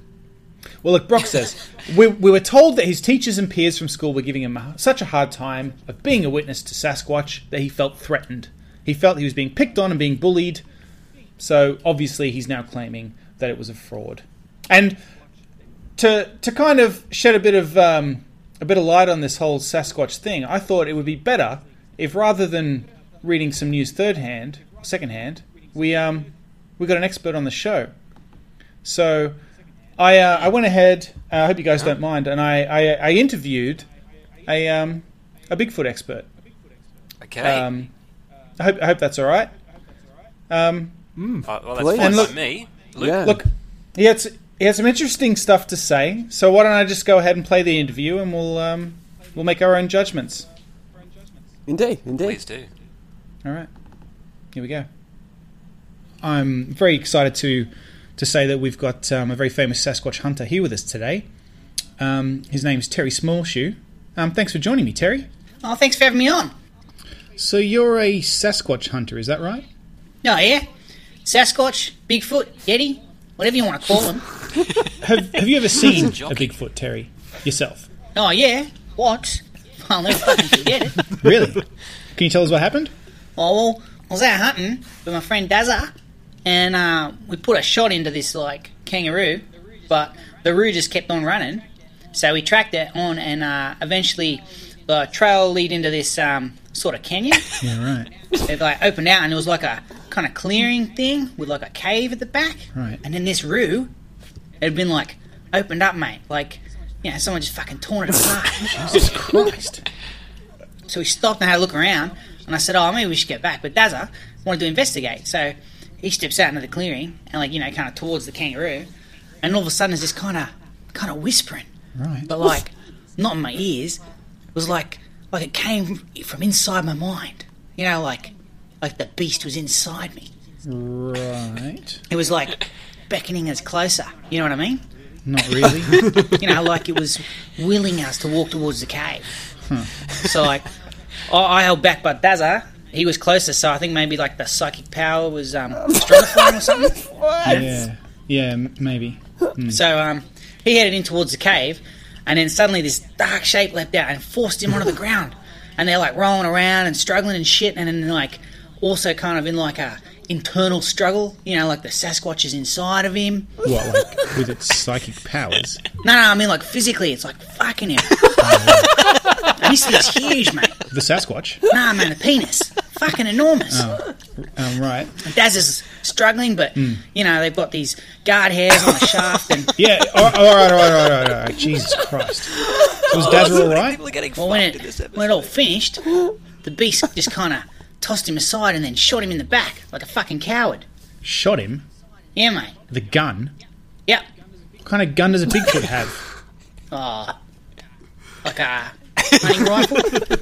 S2: Well, look, Brock says we, we were told that his teachers and peers from school were giving him a, such a hard time of being a witness to Sasquatch that he felt threatened. He felt he was being picked on and being bullied. So obviously, he's now claiming that it was a fraud. And to to kind of shed a bit of um, a bit of light on this whole Sasquatch thing, I thought it would be better if rather than reading some news third hand, second hand, we um, we got an expert on the show. So I uh, I went ahead. uh, I hope you guys don't mind. And I I, I interviewed a um, a Bigfoot expert.
S4: Okay.
S2: Um, I hope I hope that's all right. Um,
S4: Uh, well, that's
S3: please.
S4: fine
S2: And
S4: by
S2: look-
S4: me. Luke,
S3: yeah.
S2: look, he had s- he had some interesting stuff to say. So why don't I just go ahead and play the interview, and we'll um, we'll make our own judgments.
S3: indeed, indeed.
S4: please do.
S2: All right, here we go. I'm very excited to to say that we've got um, a very famous Sasquatch hunter here with us today. Um, his name's Terry Smallshoe. Um, thanks for joining me, Terry.
S10: Oh, thanks for having me on.
S2: So you're a Sasquatch hunter, is that right?
S10: Oh, yeah. Sasquatch, Bigfoot, Yeti, whatever you want to call them.
S2: Have, have you ever seen a
S4: jockey.
S2: Bigfoot, Terry, yourself?
S10: Oh, yeah. What? I'll never fucking forget it.
S2: Really? Can you tell us what happened?
S10: Oh, well, I was out hunting with my friend Dazza, and uh, we put a shot into this, like, kangaroo, but the roo just kept on running. So we tracked it on, and uh, eventually the trail lead into this um, sort of canyon.
S2: Yeah, right.
S10: it like opened out and it was like a kind of clearing thing with like a cave at the back.
S2: Right.
S10: And then this roo it had been like opened up, mate. Like, you know, someone just fucking torn it apart. Jesus Christ. So we stopped and had a look around, and I said, "Oh, maybe we should get back." But Dazza wanted to investigate, so he steps out into the clearing and, like, you know, kind of towards the kangaroo, and all of a sudden, there's this kind of, kind of whispering,
S2: Right.
S10: but like, not in my ears. It was like, like it came from inside my mind. You know, like, like the beast was inside me.
S2: Right.
S10: It was like beckoning us closer. You know what I mean?
S2: Not really.
S10: you know, like it was willing us to walk towards the cave. So like, I, I held back, but Dazza, he was closer. So I think maybe like the psychic power was um, stronger for him or something.
S2: yeah. Yeah, m- maybe.
S10: So um, he headed in towards the cave, and then suddenly this dark shape leapt out and forced him onto the ground. And they're like rolling around and struggling and shit, and then like also kind of in like a internal struggle. You know, like the Sasquatch is inside of him.
S2: What, like, with its psychic powers?
S10: No, no, I mean like physically, it's like fucking him. and this thing's huge, mate.
S2: The Sasquatch?
S10: Nah, man, the penis. Fucking enormous.
S2: Um, right.
S10: Daz is struggling, but, you know, they've got these guard hairs on the shaft. And,
S2: Yeah, all right, all right, all right, all right, all right. Jesus Christ. So was Dazza all right?
S4: People are getting
S10: well, when
S4: fucked in this
S10: it,
S4: episode.
S10: when it all finished, the beast just kind of tossed him aside and then shot him in the back like a fucking coward.
S2: Shot him.
S10: Yeah, mate.
S2: The gun.
S10: Yep.
S2: What kind of gun does a Bigfoot have?
S10: Oh. Like uh, a hunting rifle.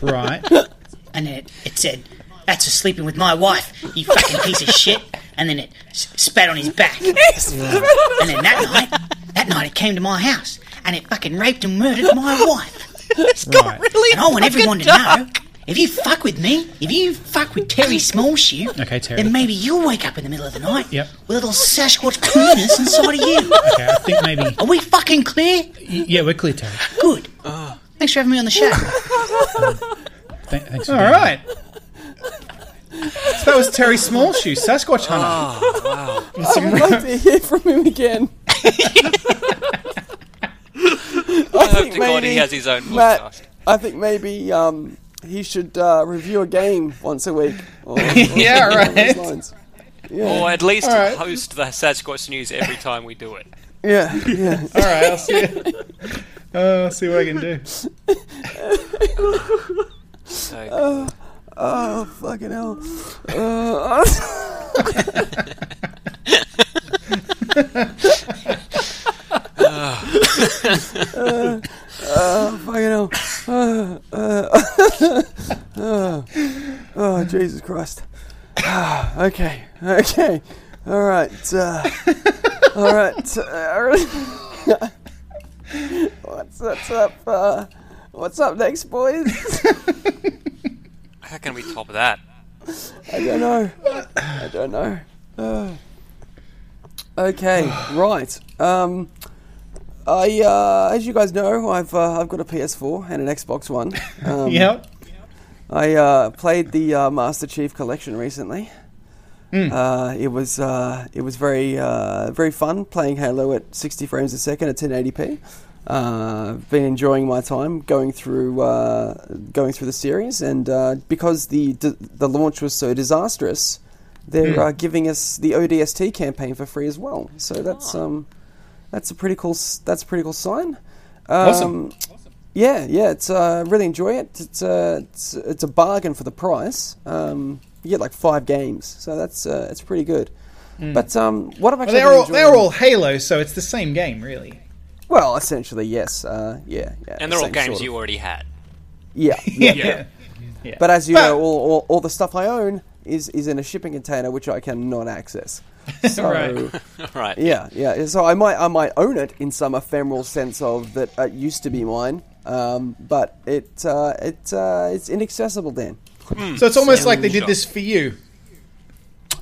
S2: Right.
S10: And then it, it said, That's for sleeping with my wife, you fucking piece of shit. And then it s- spat on his back. And then that night, that night it came to my house and it fucking raped and murdered my wife.
S2: Right.
S10: And I want everyone to know if you fuck with me, if you fuck with Terry Smallshoe,
S2: Okay, Terry.
S10: then maybe you'll wake up in the middle of the night
S2: Yep.
S10: with a little Sasquatch penis inside of you.
S2: Okay, I think maybe.
S10: Are we fucking clear?
S2: Yeah, we're clear, Terry.
S10: Good. Thanks for having me on the show.
S2: Th- thanks. For All right. So that was Terry Smallshoe, Sasquatch hunter.
S3: I would like to hear from him again. I
S4: I hope
S3: think
S4: to God he
S3: maybe-
S4: has his own
S3: Matt,
S4: podcast.
S3: I think maybe um, he should uh, review a game once a week. Or, or
S2: Yeah,
S3: something along those
S2: right.
S3: lines.
S4: Or at least
S2: right.
S4: host the Sasquatch News every time we do it.
S3: Yeah, yeah.
S2: All right, I'll see. You. Uh, I'll see what I can do.
S4: So,
S3: Oh fucking hell! Uh, oh fucking hell! Uh, uh, uh, oh Jesus Christ! Ah, okay, okay, all right, uh, all right. uh, all right. what's what's up? Uh, what's up next, boys?
S4: how can we top that?
S3: I don't know. I don't know. Uh, okay, right. Um, I, uh, as you guys know, I've uh, I've got a PS4 and an Xbox One. Um,
S2: Yep.
S3: I uh, played the uh, Master Chief Collection recently. Uh, it was uh, it was very uh, very fun playing Halo at 60 frames a second at 1080p. Uh, I've been enjoying my time going through uh, going through the series, and uh, because the d- the launch was so disastrous, they're uh, giving us the ODST campaign for free as well. So that's um, that's a pretty cool s- that's a pretty cool sign.
S2: Awesome.
S3: Um, yeah, yeah, it's uh, really enjoy it. It's uh, it's it's a bargain for the price. Um, you get like five games, so that's uh, it's pretty good.
S4: Hmm.
S3: But um, what I'm
S2: Well,
S3: actually
S2: they're all
S3: enjoying-
S2: they're all Halo, so it's the same game, really.
S3: well, essentially yes, uh, yeah, yeah.
S4: And they're all
S3: same
S4: games
S3: sort of-
S4: you already had.
S3: yeah, yeah. But as you
S2: But-
S3: know, all, all, all the stuff I own is is in a shipping container which I cannot access. So,
S2: Right.
S4: Right.
S3: Yeah, yeah. So I might I might own it in some ephemeral sense of that it used to be mine, um, but it uh, it uh, it's inaccessible then.
S2: So it's almost like they did this for you.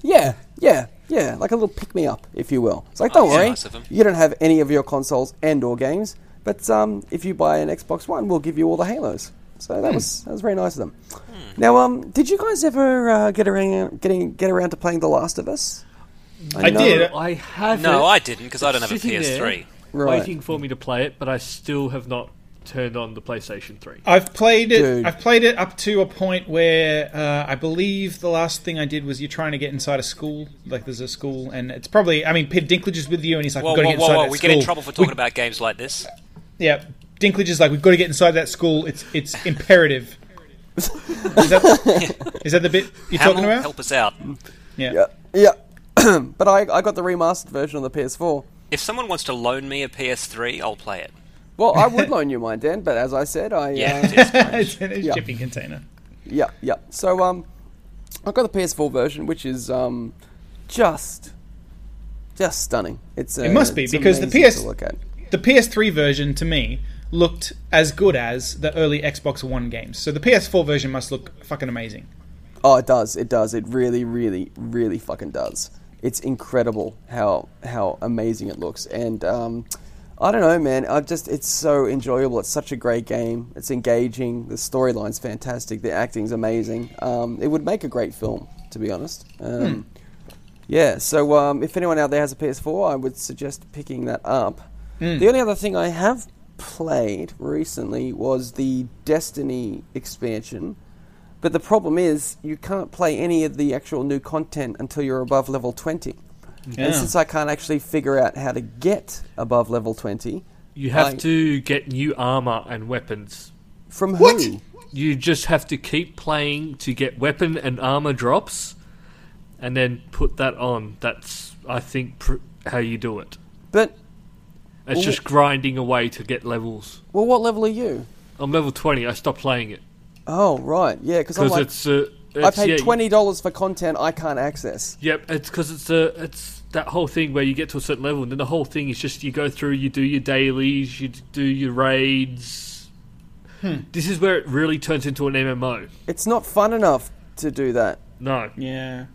S3: Yeah, yeah, yeah. Like a little pick me up, if you will. It's like, don't
S4: Oh, yeah,
S3: worry,
S4: nice of 'em.
S3: you don't have any of your consoles and or games, but um, if you buy an Xbox One, we'll give you all the Halos. So
S4: Hmm.
S3: that was that was very nice of them. Now, um, did you guys ever uh, get around getting get around to playing The Last of Us? uh,
S2: I
S3: know-
S2: did.
S1: I have
S4: No,
S1: it
S4: I didn't because I don't have a
S1: sitting
S4: PS3.
S1: There,
S3: Right.
S1: Waiting for me to play it, but I still have not turned on the PlayStation 3.
S2: I've played it.
S3: Dude.
S2: I've played it up to a point where uh, I believe the last thing I did was you're trying to get inside a school. Like there's a school, and it's probably. I mean, Pid Dinklage is with you, and he's like,
S4: Whoa,
S2: "We've got to
S4: whoa,
S2: get
S4: whoa,
S2: inside
S4: whoa.
S2: that
S4: We
S2: school."
S4: get in trouble for talking
S2: We-
S4: about games like this.
S2: Yeah, Dinklage is like, "We've got to get inside that school. It's it's imperative." is that is that the bit you're
S4: Hamill,
S2: talking about?
S4: help us out.
S2: Yeah.
S3: Yeah. but I, I got the remastered version on the PS4.
S4: If someone wants to loan me a PS3, I'll play it.
S3: Well, I would loan you mine, Dan, but as I said, I.
S4: Yeah,
S3: Uh,
S4: it's great.
S2: it's in a
S3: Yeah.
S2: shipping container.
S3: yeah, yeah. So, um, I got the PS4 version, which is um, just. Just stunning. It's a,
S2: It must be,
S3: it's
S2: because the
S3: amazing
S2: PS
S3: to look at.
S2: The PS3 version to me looked as good as the early Xbox One games. So the PS4 version must look fucking amazing.
S3: Oh, it does. It does. It really, really, really fucking does. It's incredible how how amazing it looks, and um, I don't know, man. I just it's so enjoyable. It's such a great game. It's engaging. The storyline's fantastic. The acting's amazing. Um, it would make a great film, to be honest. Um, Yeah. So um, if anyone out there has a PS4, I would suggest picking that up. The only other thing I have played recently was the Destiny expansion. But the problem is, you can't play any of the actual new content until you're above level 20. And since I can't actually figure out how to get above level 20,
S1: You have
S3: Like-
S1: to get new armor and weapons.
S3: from who?
S1: You just have to keep playing to get weapon and armor drops, and then put that on. That's I think pr- how you do it.
S3: But,
S1: It's just grinding away to get levels.
S3: well, what level are you?
S1: I'm level twenty. I stopped playing it
S3: Oh, right. Yeah, because I'm
S1: because
S3: like,
S1: it's, uh, it's
S3: I paid
S1: yeah,
S3: $20 for content I can't access.
S1: Yep, it's because it's a it's that whole thing where you get to a certain level, and then the whole thing is just you go through, you do your dailies, you d- do your raids.
S3: Hmm.
S1: This is where it really turns into an MMO.
S3: It's not fun enough to do that.
S1: No,
S2: Yeah.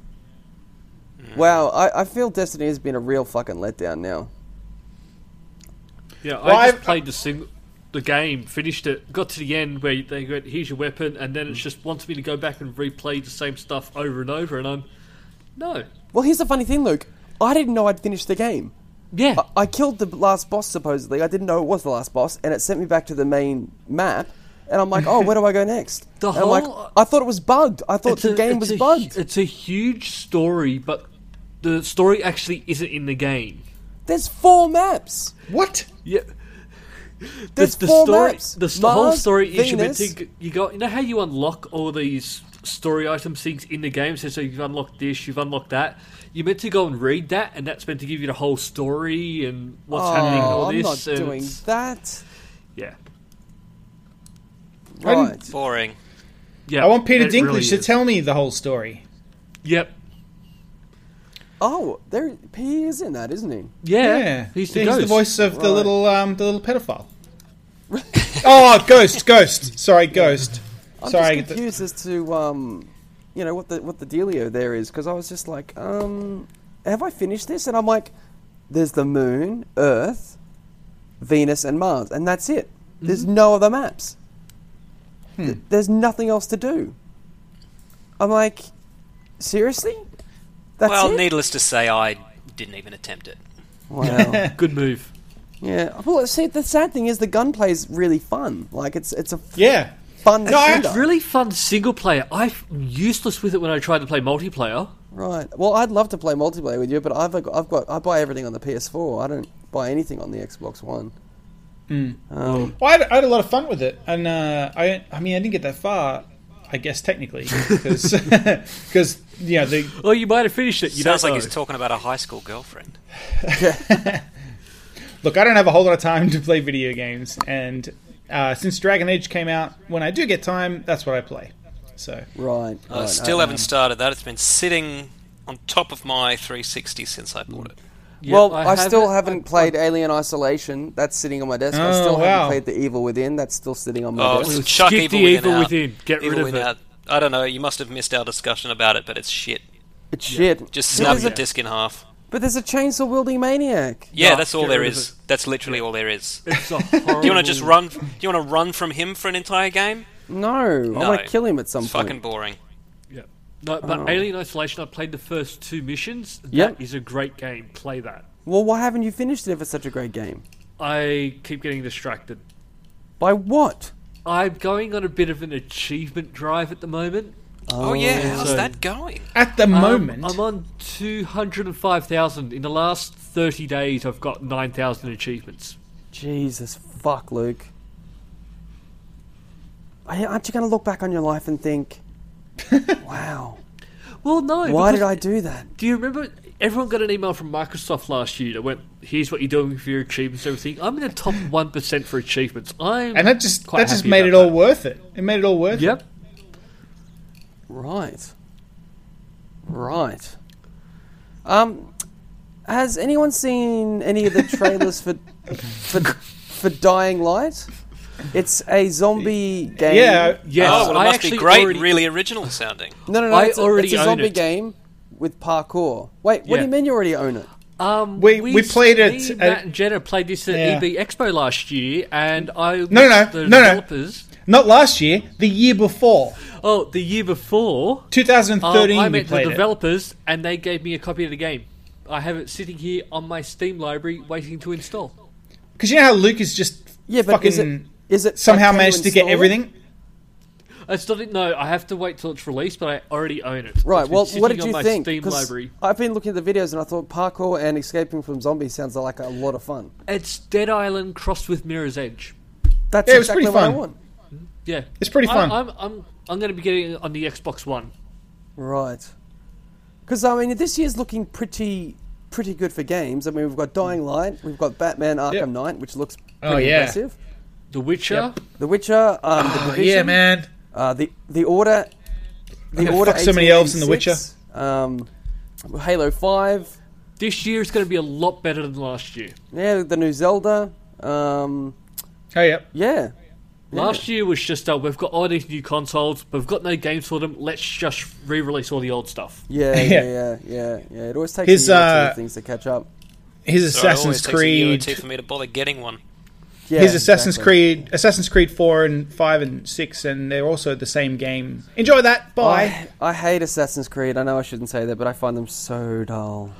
S3: Wow, I, I feel Destiny has been a real fucking letdown now.
S1: yeah,
S2: Well,
S1: I just
S2: I've-
S1: played the sing- the game, finished it, got to the end where they go, "Here's your weapon," and
S3: Mm.
S1: then it just wants me to go back and replay the same stuff over and over, and I'm no,
S3: Well, here's the funny thing, Luke. I didn't know I'd finished the game.
S1: yeah,
S3: I- I killed the last boss supposedly. I didn't know it was the last boss, and it sent me back to the main map. And I'm like, oh, where do I go next?
S1: The
S3: And I'm like,
S1: whole- uh,
S3: I thought it was bugged. I thought the game was
S1: a, hu-
S3: bugged.
S1: It's a huge story, but the story actually isn't in the game.
S3: There's four maps.
S2: What?
S1: Yeah.
S3: There's four
S1: story,
S3: maps.
S1: The st- whole
S3: Mars,
S1: story is you meant
S3: Venus.
S1: to, g- you got you know how you unlock all these story items things in the game. So, so you've unlocked this, you've unlocked that. You're meant to go and read that, and that's meant to give you the whole story and what's happening and all
S3: Oh, I'm not
S1: this. and
S3: doing
S1: it's-
S3: that.
S1: yeah,
S3: Right.
S4: boring.
S1: yeah.
S2: I want Peter
S1: it
S2: Dinklage
S1: really
S2: to
S1: is.
S2: tell me the whole story.
S1: Yep.
S3: Oh, there he is in that, isn't he?
S1: Yeah. He's the ghost.
S2: voice of the
S3: Right.
S2: little um, the little pedophile. oh, ghost, ghost. Sorry, ghost.
S3: I'm
S2: Sorry.
S3: just confused as to um, you know, what the what the dealio there is because I was just like, um, have I finished this? And I'm like, there's the moon, Earth, Venus, and Mars, and that's it. There's
S2: Mm-hmm.
S3: no other maps.
S2: Hmm.
S3: Th- there's nothing else to do. I'm like, seriously? That's
S4: well,
S3: it.
S4: needless to say, I didn't even attempt it.
S3: wow.
S1: Good move.
S3: yeah. Well, see, the sad thing is the gunplay's really fun. Like, it's it's a f-
S2: Yeah.
S3: fun
S2: No, I-
S3: shooter.
S1: It's really fun single player. I'm useless with it when I try to play multiplayer.
S3: Right. Well, I'd love to play multiplayer with you, but I've got, I've got I buy everything on the PS4. I don't buy anything on the Xbox One. Um,
S2: Well, I had, I had a lot of fun with it, and uh, I I mean I didn't get that far. I guess technically, because you know the
S1: Well, Oh, you might have finished it. You
S4: Sounds
S1: don't
S4: like
S1: know.
S4: he's talking about a high school girlfriend.
S2: Look, I don't have a whole lot of time to play video games, and uh, since Dragon Age came out, when I do get time, that's what I play. So
S3: right.
S4: I
S3: right,
S4: still
S3: I-
S4: haven't started that. It's been sitting on top of my 360 since I bought it.
S1: Yeah,
S3: well, I, still
S1: haven't-
S3: haven't played Alien Isolation. That's sitting on my desk. I
S2: Oh,
S3: still
S2: wow.
S3: haven't played The Evil Within. That's still sitting on my
S4: Oh,
S3: desk.
S4: it's chuck
S1: skip
S4: Evil
S1: the
S4: Within
S1: Evil
S4: out.
S1: Within. Get
S4: Evil
S1: rid of
S4: Within
S1: it.
S4: Out. I don't know. You must have missed our discussion about it, but it's shit.
S3: It's shit.
S4: Just
S3: but,
S4: snub
S3: there's
S4: the
S3: a,
S4: disc in half.
S3: but there's a chainsaw wielding maniac.
S4: Yeah,
S1: Nah,
S4: that's all
S1: get
S4: there
S1: rid of
S4: is. That's literally all there is. Do
S1: It's a horrible.
S4: you want to just run? Do you want to run from him for an entire game?
S3: No, I want
S4: No.
S3: to kill him at some
S4: It's
S3: point.
S4: fucking boring.
S1: Yeah. No, but Alien Isolation. I played the first two missions. That is
S3: Oh. Yep.
S1: a great game. Play that.
S3: Well, why haven't you finished it if it's such a great game?
S1: I keep getting distracted.
S3: By what?
S1: I'm going on a bit of an achievement drive at the moment.
S4: Oh, yeah, how's
S1: So-
S4: that going?
S2: At the
S1: Um,
S2: moment,
S1: I'm on 205,000. In the last 30 days, I've got 9,000 achievements.
S3: Jesus fuck, Luke. I- Aren't you going to look back on your life and think, wow,
S1: Well, no.
S3: why
S1: because-
S3: did I do that?
S1: Do you remember? Everyone got an email from Microsoft last year that went, "Here's what you're doing for your achievements, and everything." I'm in the top one percent for achievements. I'm
S2: and that just
S1: quite
S2: that just
S1: happy
S2: made it
S1: about
S2: all worth it. It made it all worth
S1: that. Yep.
S4: Oh,
S3: Right. Right. Um, has anyone seen any of the trailers for for for Dying Light? It's a zombie
S2: it.
S3: game.
S2: Yeah,
S1: Yes.
S4: oh, well, it
S1: I
S4: must
S1: actually
S4: be great
S1: already-
S4: and really original sounding.
S3: No, no, no.
S1: I
S3: it's, a,
S1: already
S3: it's a
S1: own
S3: zombie
S1: it.
S3: game with parkour. Wait, what do
S1: Yeah.
S3: you mean you already own it?
S1: Um,
S2: We- we played it
S1: me,
S2: at-
S1: Matt and Jenna played this at
S2: Yeah.
S1: EB Expo last year, and I no
S2: no,
S1: the
S2: no, no.
S1: developers.
S2: not last year, the year before,
S1: Oh, the year before, um,
S2: 2013.
S1: I
S2: we
S1: met the
S2: played it.
S1: developers, and they gave me a copy of the game. I have it sitting here on my Steam library, waiting to install.
S2: Because you know how Luke is just
S3: Yeah, but
S2: fucking
S3: is it is it
S2: somehow
S3: okay
S2: managed to get
S3: install it?
S2: everything?
S1: I still didn't know. I have to wait till it's released, but I already own it.
S3: Right.
S1: It's been
S3: Well,
S1: sitting
S3: what did
S1: on
S3: you
S1: my
S3: think?
S1: Steam
S3: 'Cause
S1: library.
S3: I've been looking at the videos and I thought parkour and escaping from zombies sounds like a lot of fun.
S1: It's Dead Island crossed with Mirror's Edge.
S3: That's
S2: Yeah, it was
S3: exactly
S2: pretty
S3: what I
S2: fun.
S3: want.
S1: Yeah,
S2: It's pretty
S1: I-
S2: fun.
S1: I'm, I'm, I'm going to be getting it on the Xbox One.
S3: Right. Because I mean, this year's looking pretty pretty good for games. I mean, we've got Dying Light, we've got Batman Arkham
S2: Yep.
S3: Knight, which looks pretty
S2: Oh, yeah. Oh,
S3: impressive.
S1: The Witcher.
S3: The Witcher, um, the Division,
S2: man.
S3: Uh, the the Order, the
S2: gonna
S3: Order.
S2: fuck so many elves in The
S3: 1886, Um, Halo Five.
S1: This year is going to be a lot better than last year.
S3: Yeah, the new Zelda. Um,
S2: Oh yeah.
S3: yeah.
S1: Last year was just uh, we've got all these new consoles, but we've got no games for them. Let's just re-release all the old stuff.
S3: Yeah,
S2: Yeah.
S3: yeah, yeah, yeah, yeah. It always takes
S2: His,
S3: a year or two
S2: uh,
S3: for things to catch up.
S2: His
S4: So it always
S2: Assassin's
S4: takes a year or
S2: Creed.
S4: two for me to bother getting one.
S3: Yeah,
S2: His Assassin's
S3: exactly.
S2: Creed, Assassin's Creed Four and Five and Six, and they're also the same game. Enjoy that. Bye.
S3: I, I hate Assassin's Creed. I know I shouldn't say that, but I find them so dull.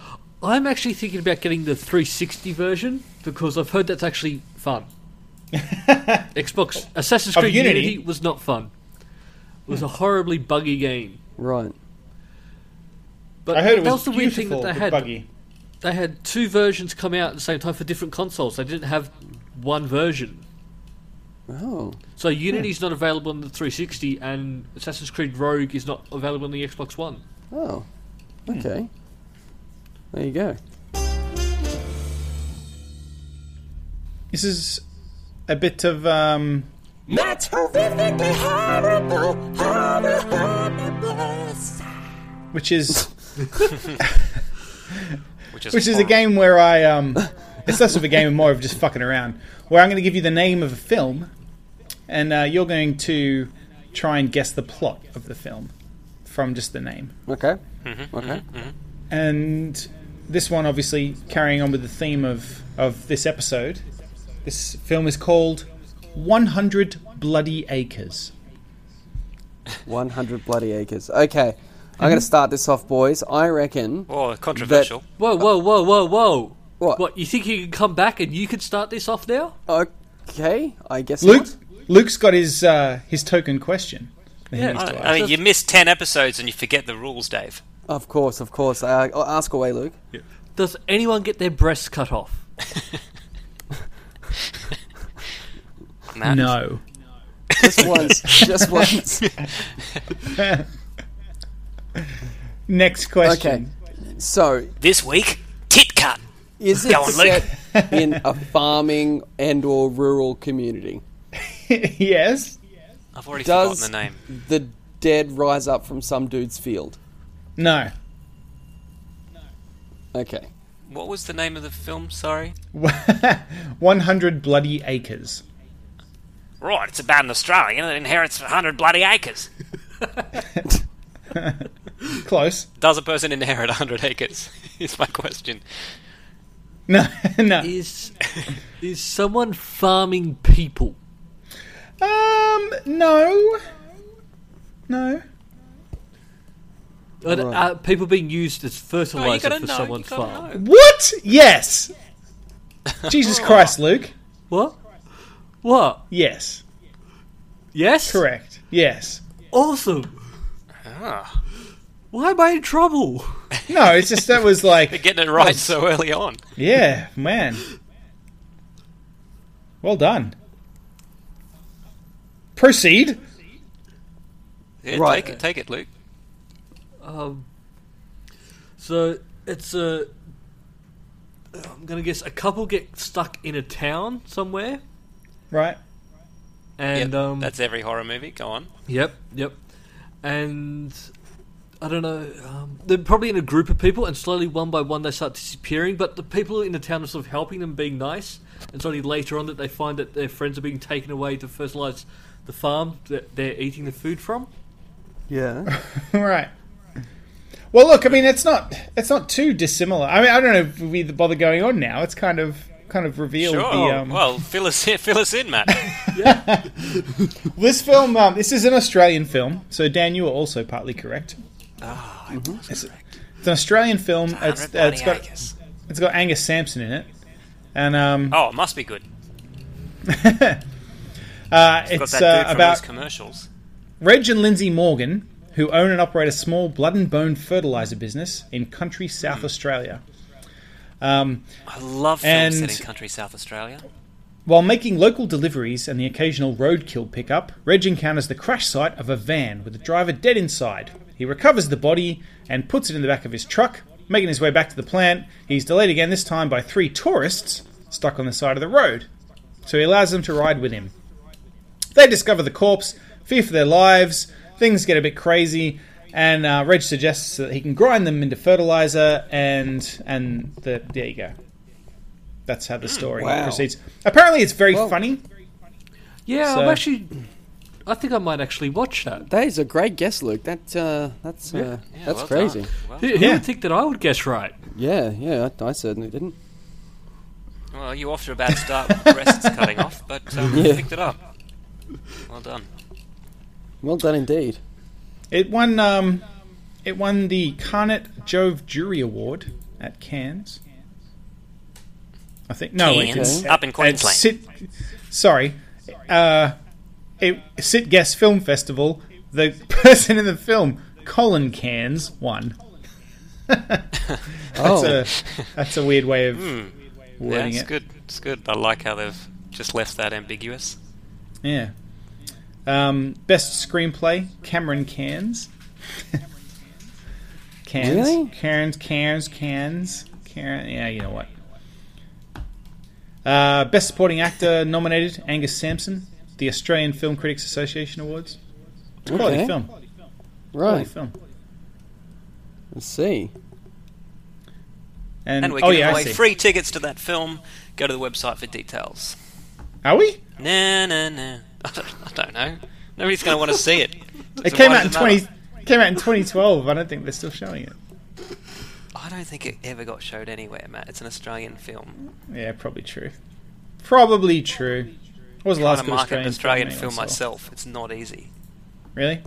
S1: I'm actually thinking about getting the 360 version because I've heard that's actually fun. Xbox Assassin's
S2: Of
S1: Creed
S2: Unity?
S1: Unity. was not fun. It was a horribly buggy game.
S3: Right.
S1: But
S2: I, heard it
S1: that
S2: was,
S1: was the weird thing
S2: beautiful
S1: that they
S2: but
S1: had.
S2: buggy.
S1: They had two versions come out at the same time for different consoles. They didn't have one version.
S3: Oh.
S1: So
S2: Hmm.
S1: Unity's not available on the 360, and Assassin's Creed Rogue is not available on the Xbox One.
S3: Oh,
S2: Hmm.
S3: okay. There you go.
S2: This is a bit of um,
S11: That's horrifically horrible, horrible, horrible.
S2: which is
S4: Which is,
S2: which is a
S4: horrible.
S2: game where I um, it's less of a game and more of just fucking around. Where I'm going to give you the name of a film, and uh, you're going to try and guess the plot of the film from just the name.
S3: Okay. okay.
S2: and this one obviously carrying on with the theme of, of this episode this film is called 100 bloody acres
S3: 100 bloody acres. Okay. I'm
S2: Mm-hmm.
S3: going to start this off, boys. I reckon.
S4: Oh, controversial.
S1: Whoa, whoa, whoa, whoa, whoa!
S3: What?
S1: What? You think you can come back and you can start this off now?
S3: Okay. I guess
S2: luke
S3: not.
S2: luke's got his uh, his token question that he
S1: Yeah,
S2: needs to
S4: I
S2: ask.
S4: mean, you missed 10 episodes and you forget the rules, Dave.
S3: Of course, of course. Uh, oh, ask away, Luke.
S1: Does anyone get their breasts cut off?
S4: Matt.
S2: no
S3: Just once. just once.
S2: next question
S3: So,
S4: This week, tit cut.
S3: is it
S4: Go on, Luke.
S3: set in a farming and or rural community?
S2: yes
S4: I've already
S3: Does-
S4: forgotten the name.
S3: The dead rise up from some dude's field.
S2: no
S3: Okay.
S4: What was the name of the film? Sorry.
S2: 100 bloody acres
S4: Right, it's about an Australian that inherits 100 bloody acres.
S2: close
S4: Does a person inherit 100 acres? Is my question.
S2: no no
S1: Is is someone farming people?
S2: um no no
S1: Are, are people being used as
S4: Oh, you
S1: fertilizer
S4: gotta
S1: for
S4: know. You
S1: someone's farm?
S4: gotta know.
S2: what yes jesus christ luke
S1: What? What?
S2: Yes.
S1: Yes?
S2: Correct. Yes.
S1: Awesome.
S4: Ah.
S1: Why am I in trouble?
S2: No, it's just that was like
S4: They're getting it right so early on.
S2: Yeah, man. Well done. Proceed.
S4: Yeah,
S1: Right.
S4: Take it, take it, Luke.
S1: Um, so it's a. I'm gonna guess a couple get stuck in a town somewhere,
S2: Right.
S1: and
S4: Yep,
S1: um,
S4: that's every horror movie. Go on.
S1: Yep, yep. And I don't know. Um, they're probably in a group of people, and slowly, one by one, they start disappearing. But the people in the town are sort of helping them, being nice. And it's only later on that they find that their friends are being taken away to fertilize the farm that they're eating the food from.
S3: Yeah.
S2: right. Well, look, I mean, it's not it's not too dissimilar. I mean, I don't know if we bother going on now. It's kind of kind of revealed
S4: Sure.
S2: the um,
S4: Well, fill us in, fill us in, Matt.
S2: this film. Um, this is an Australian film, so Dan, you are also partly correct.
S4: Ah,
S2: It's, it's an Australian film. It's, uh, it's got
S4: Angus.
S2: it's got Angus Sampson in it, and um,
S4: Oh, it must be good.
S2: uh,
S4: Got
S2: it's
S4: that dude
S2: uh,
S4: from
S2: about
S4: those commercials.
S2: Reg and Lindsay Morgan, who own and operate a small blood and bone fertilizer business in country South
S4: Hmm.
S2: Australia. Um,
S4: I love films
S2: And-
S4: set in country South Australia.
S2: While making local deliveries and the occasional roadkill pickup, Reg encounters the crash site of a van with the driver dead inside. He recovers the body and puts it in the back of his truck. Making his way back to the plant, he's delayed again, this time by three tourists stuck on the side of the road. So he allows them to ride with him. They discover the corpse, fear for their lives, things get a bit crazy, and uh, Reg suggests that he can grind them into fertilizer, and and the, there you go. That's how the story
S3: Mm, Wow.
S2: proceeds. Apparently, it's very
S3: Well-
S2: funny.
S1: Yeah,
S2: So-
S1: I'm actually. I think I might actually watch that.
S3: That is a great guess, Luke. That uh, that's uh,
S4: Yeah,
S3: that's
S4: well done.
S3: crazy.
S4: Well,
S1: Who, who
S2: Yeah.
S1: would think that I would guess right?
S3: Yeah, yeah. I, I certainly didn't.
S4: well, you off to a bad start with the breasts cutting off, but um, you
S3: Yeah.
S4: picked it up. Well done.
S3: Well done indeed.
S2: It won um, it won the Carnet Jove Jury Award at Cannes. I think no, wait,
S4: Cairns,
S2: it's-
S4: up in
S2: at
S4: Queensland.
S2: Sit, sorry, uh, it Sit Guest Film Festival. The person in the film, Colin Cairns, won.
S3: Oh,
S2: That's a that's a weird way of
S4: Yeah,
S2: wording
S4: it's
S2: it.
S4: good. It's good. I like how they've just left that ambiguous.
S2: Mm. Yeah. Um, best screenplay, Cameron Cairns. Cairns,
S3: Really?
S2: Cairns, Cairns, Cairns, Cairn. Yeah, you know what. Uh, best supporting actor nominated Angus Sampson, the Australian Film Critics Association Awards. Quality
S3: Okay.
S2: film. Quality
S3: right.
S2: film.
S3: Let's see.
S2: And,
S4: And we're
S2: oh
S4: giving
S2: yeah, I
S4: away
S2: see.
S4: free tickets to that film. Go to the website for details.
S2: Are we?
S4: Nah, nah, nah. I don't, I don't know. Nobody's going to want to see it.
S2: It
S4: So
S2: came
S4: why
S2: out in
S4: does matter?
S2: twenty. Came out in 2012. I don't think they're still showing it.
S4: I don't think it ever got showed anywhere, Matt. It's an Australian film.
S2: Yeah, probably true. Probably true. What was the
S4: I'm
S2: last
S4: trying to
S2: good Australian,
S4: market an Australian film,
S2: anyone saw?
S4: myself. It's not easy.
S2: Really?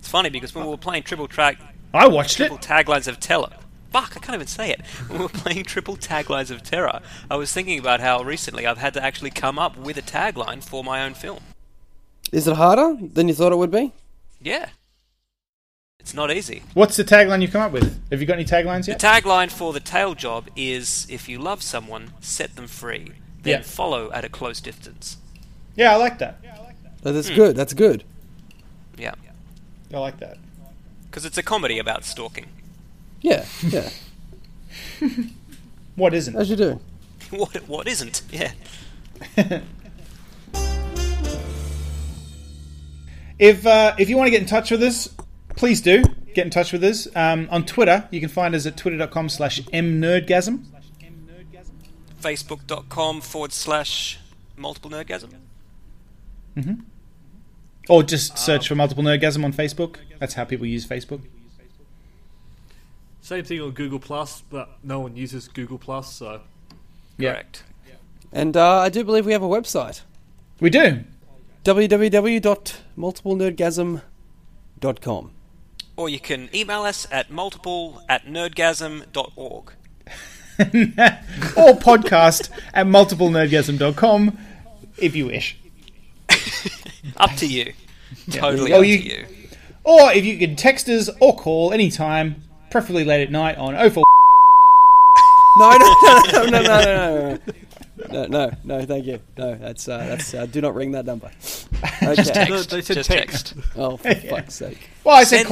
S4: It's funny because when we were playing triple track,
S2: I watched it.
S4: triple taglines of Terror. Fuck, I can't even say it. When we were playing triple taglines of Terror, I was thinking about how recently I've had to actually come up with a tagline for my own film.
S3: Is it harder than you thought it would be?
S4: Yeah. It's not easy.
S2: What's the tagline you come up with? Have you got any taglines
S4: The
S2: yet?
S4: tagline for the tail job is if you love someone, set them free,
S2: Yeah.
S4: then follow at a close distance.
S2: yeah, I like that.
S3: Oh, That's
S4: Hmm.
S3: good. That's good.
S4: Yeah.
S2: I like that.
S4: Because it's a comedy about stalking.
S3: Yeah, yeah.
S2: What isn't?
S3: As you do.
S4: what, what isn't? Yeah.
S2: If uh, if you want to get in touch with us, please do get in touch with us um, on Twitter. You can find us at twitter.com slash mnerdgasm.
S4: Facebook.com forward slash multiple nerdgasm.
S2: Or just search for multiple nerdgasm on Facebook. That's how people use Facebook.
S1: Same thing on Google Plus, but no one uses Google Plus, so
S2: Yeah.
S4: Correct.
S3: And uh, I do believe we have a website.
S2: We do.
S3: www.multiplenerdgasm.com.
S4: Or you can email us at multiple at nerdgasm.org.
S2: or podcast at multiplenerdgasm.com. if you wish.
S4: Up to you.
S2: Yeah.
S4: Totally
S2: Or
S4: up to you.
S2: Or if you can text us or call anytime, preferably late at night on 04.
S3: No, no, no, no, no, no, no, no, no, no, no, thank you. No, that's uh, that's uh, do not ring that number. Okay.
S4: text, No, they said just text. text.
S3: Oh, for fuck's sake!
S2: Well, I said
S4: Send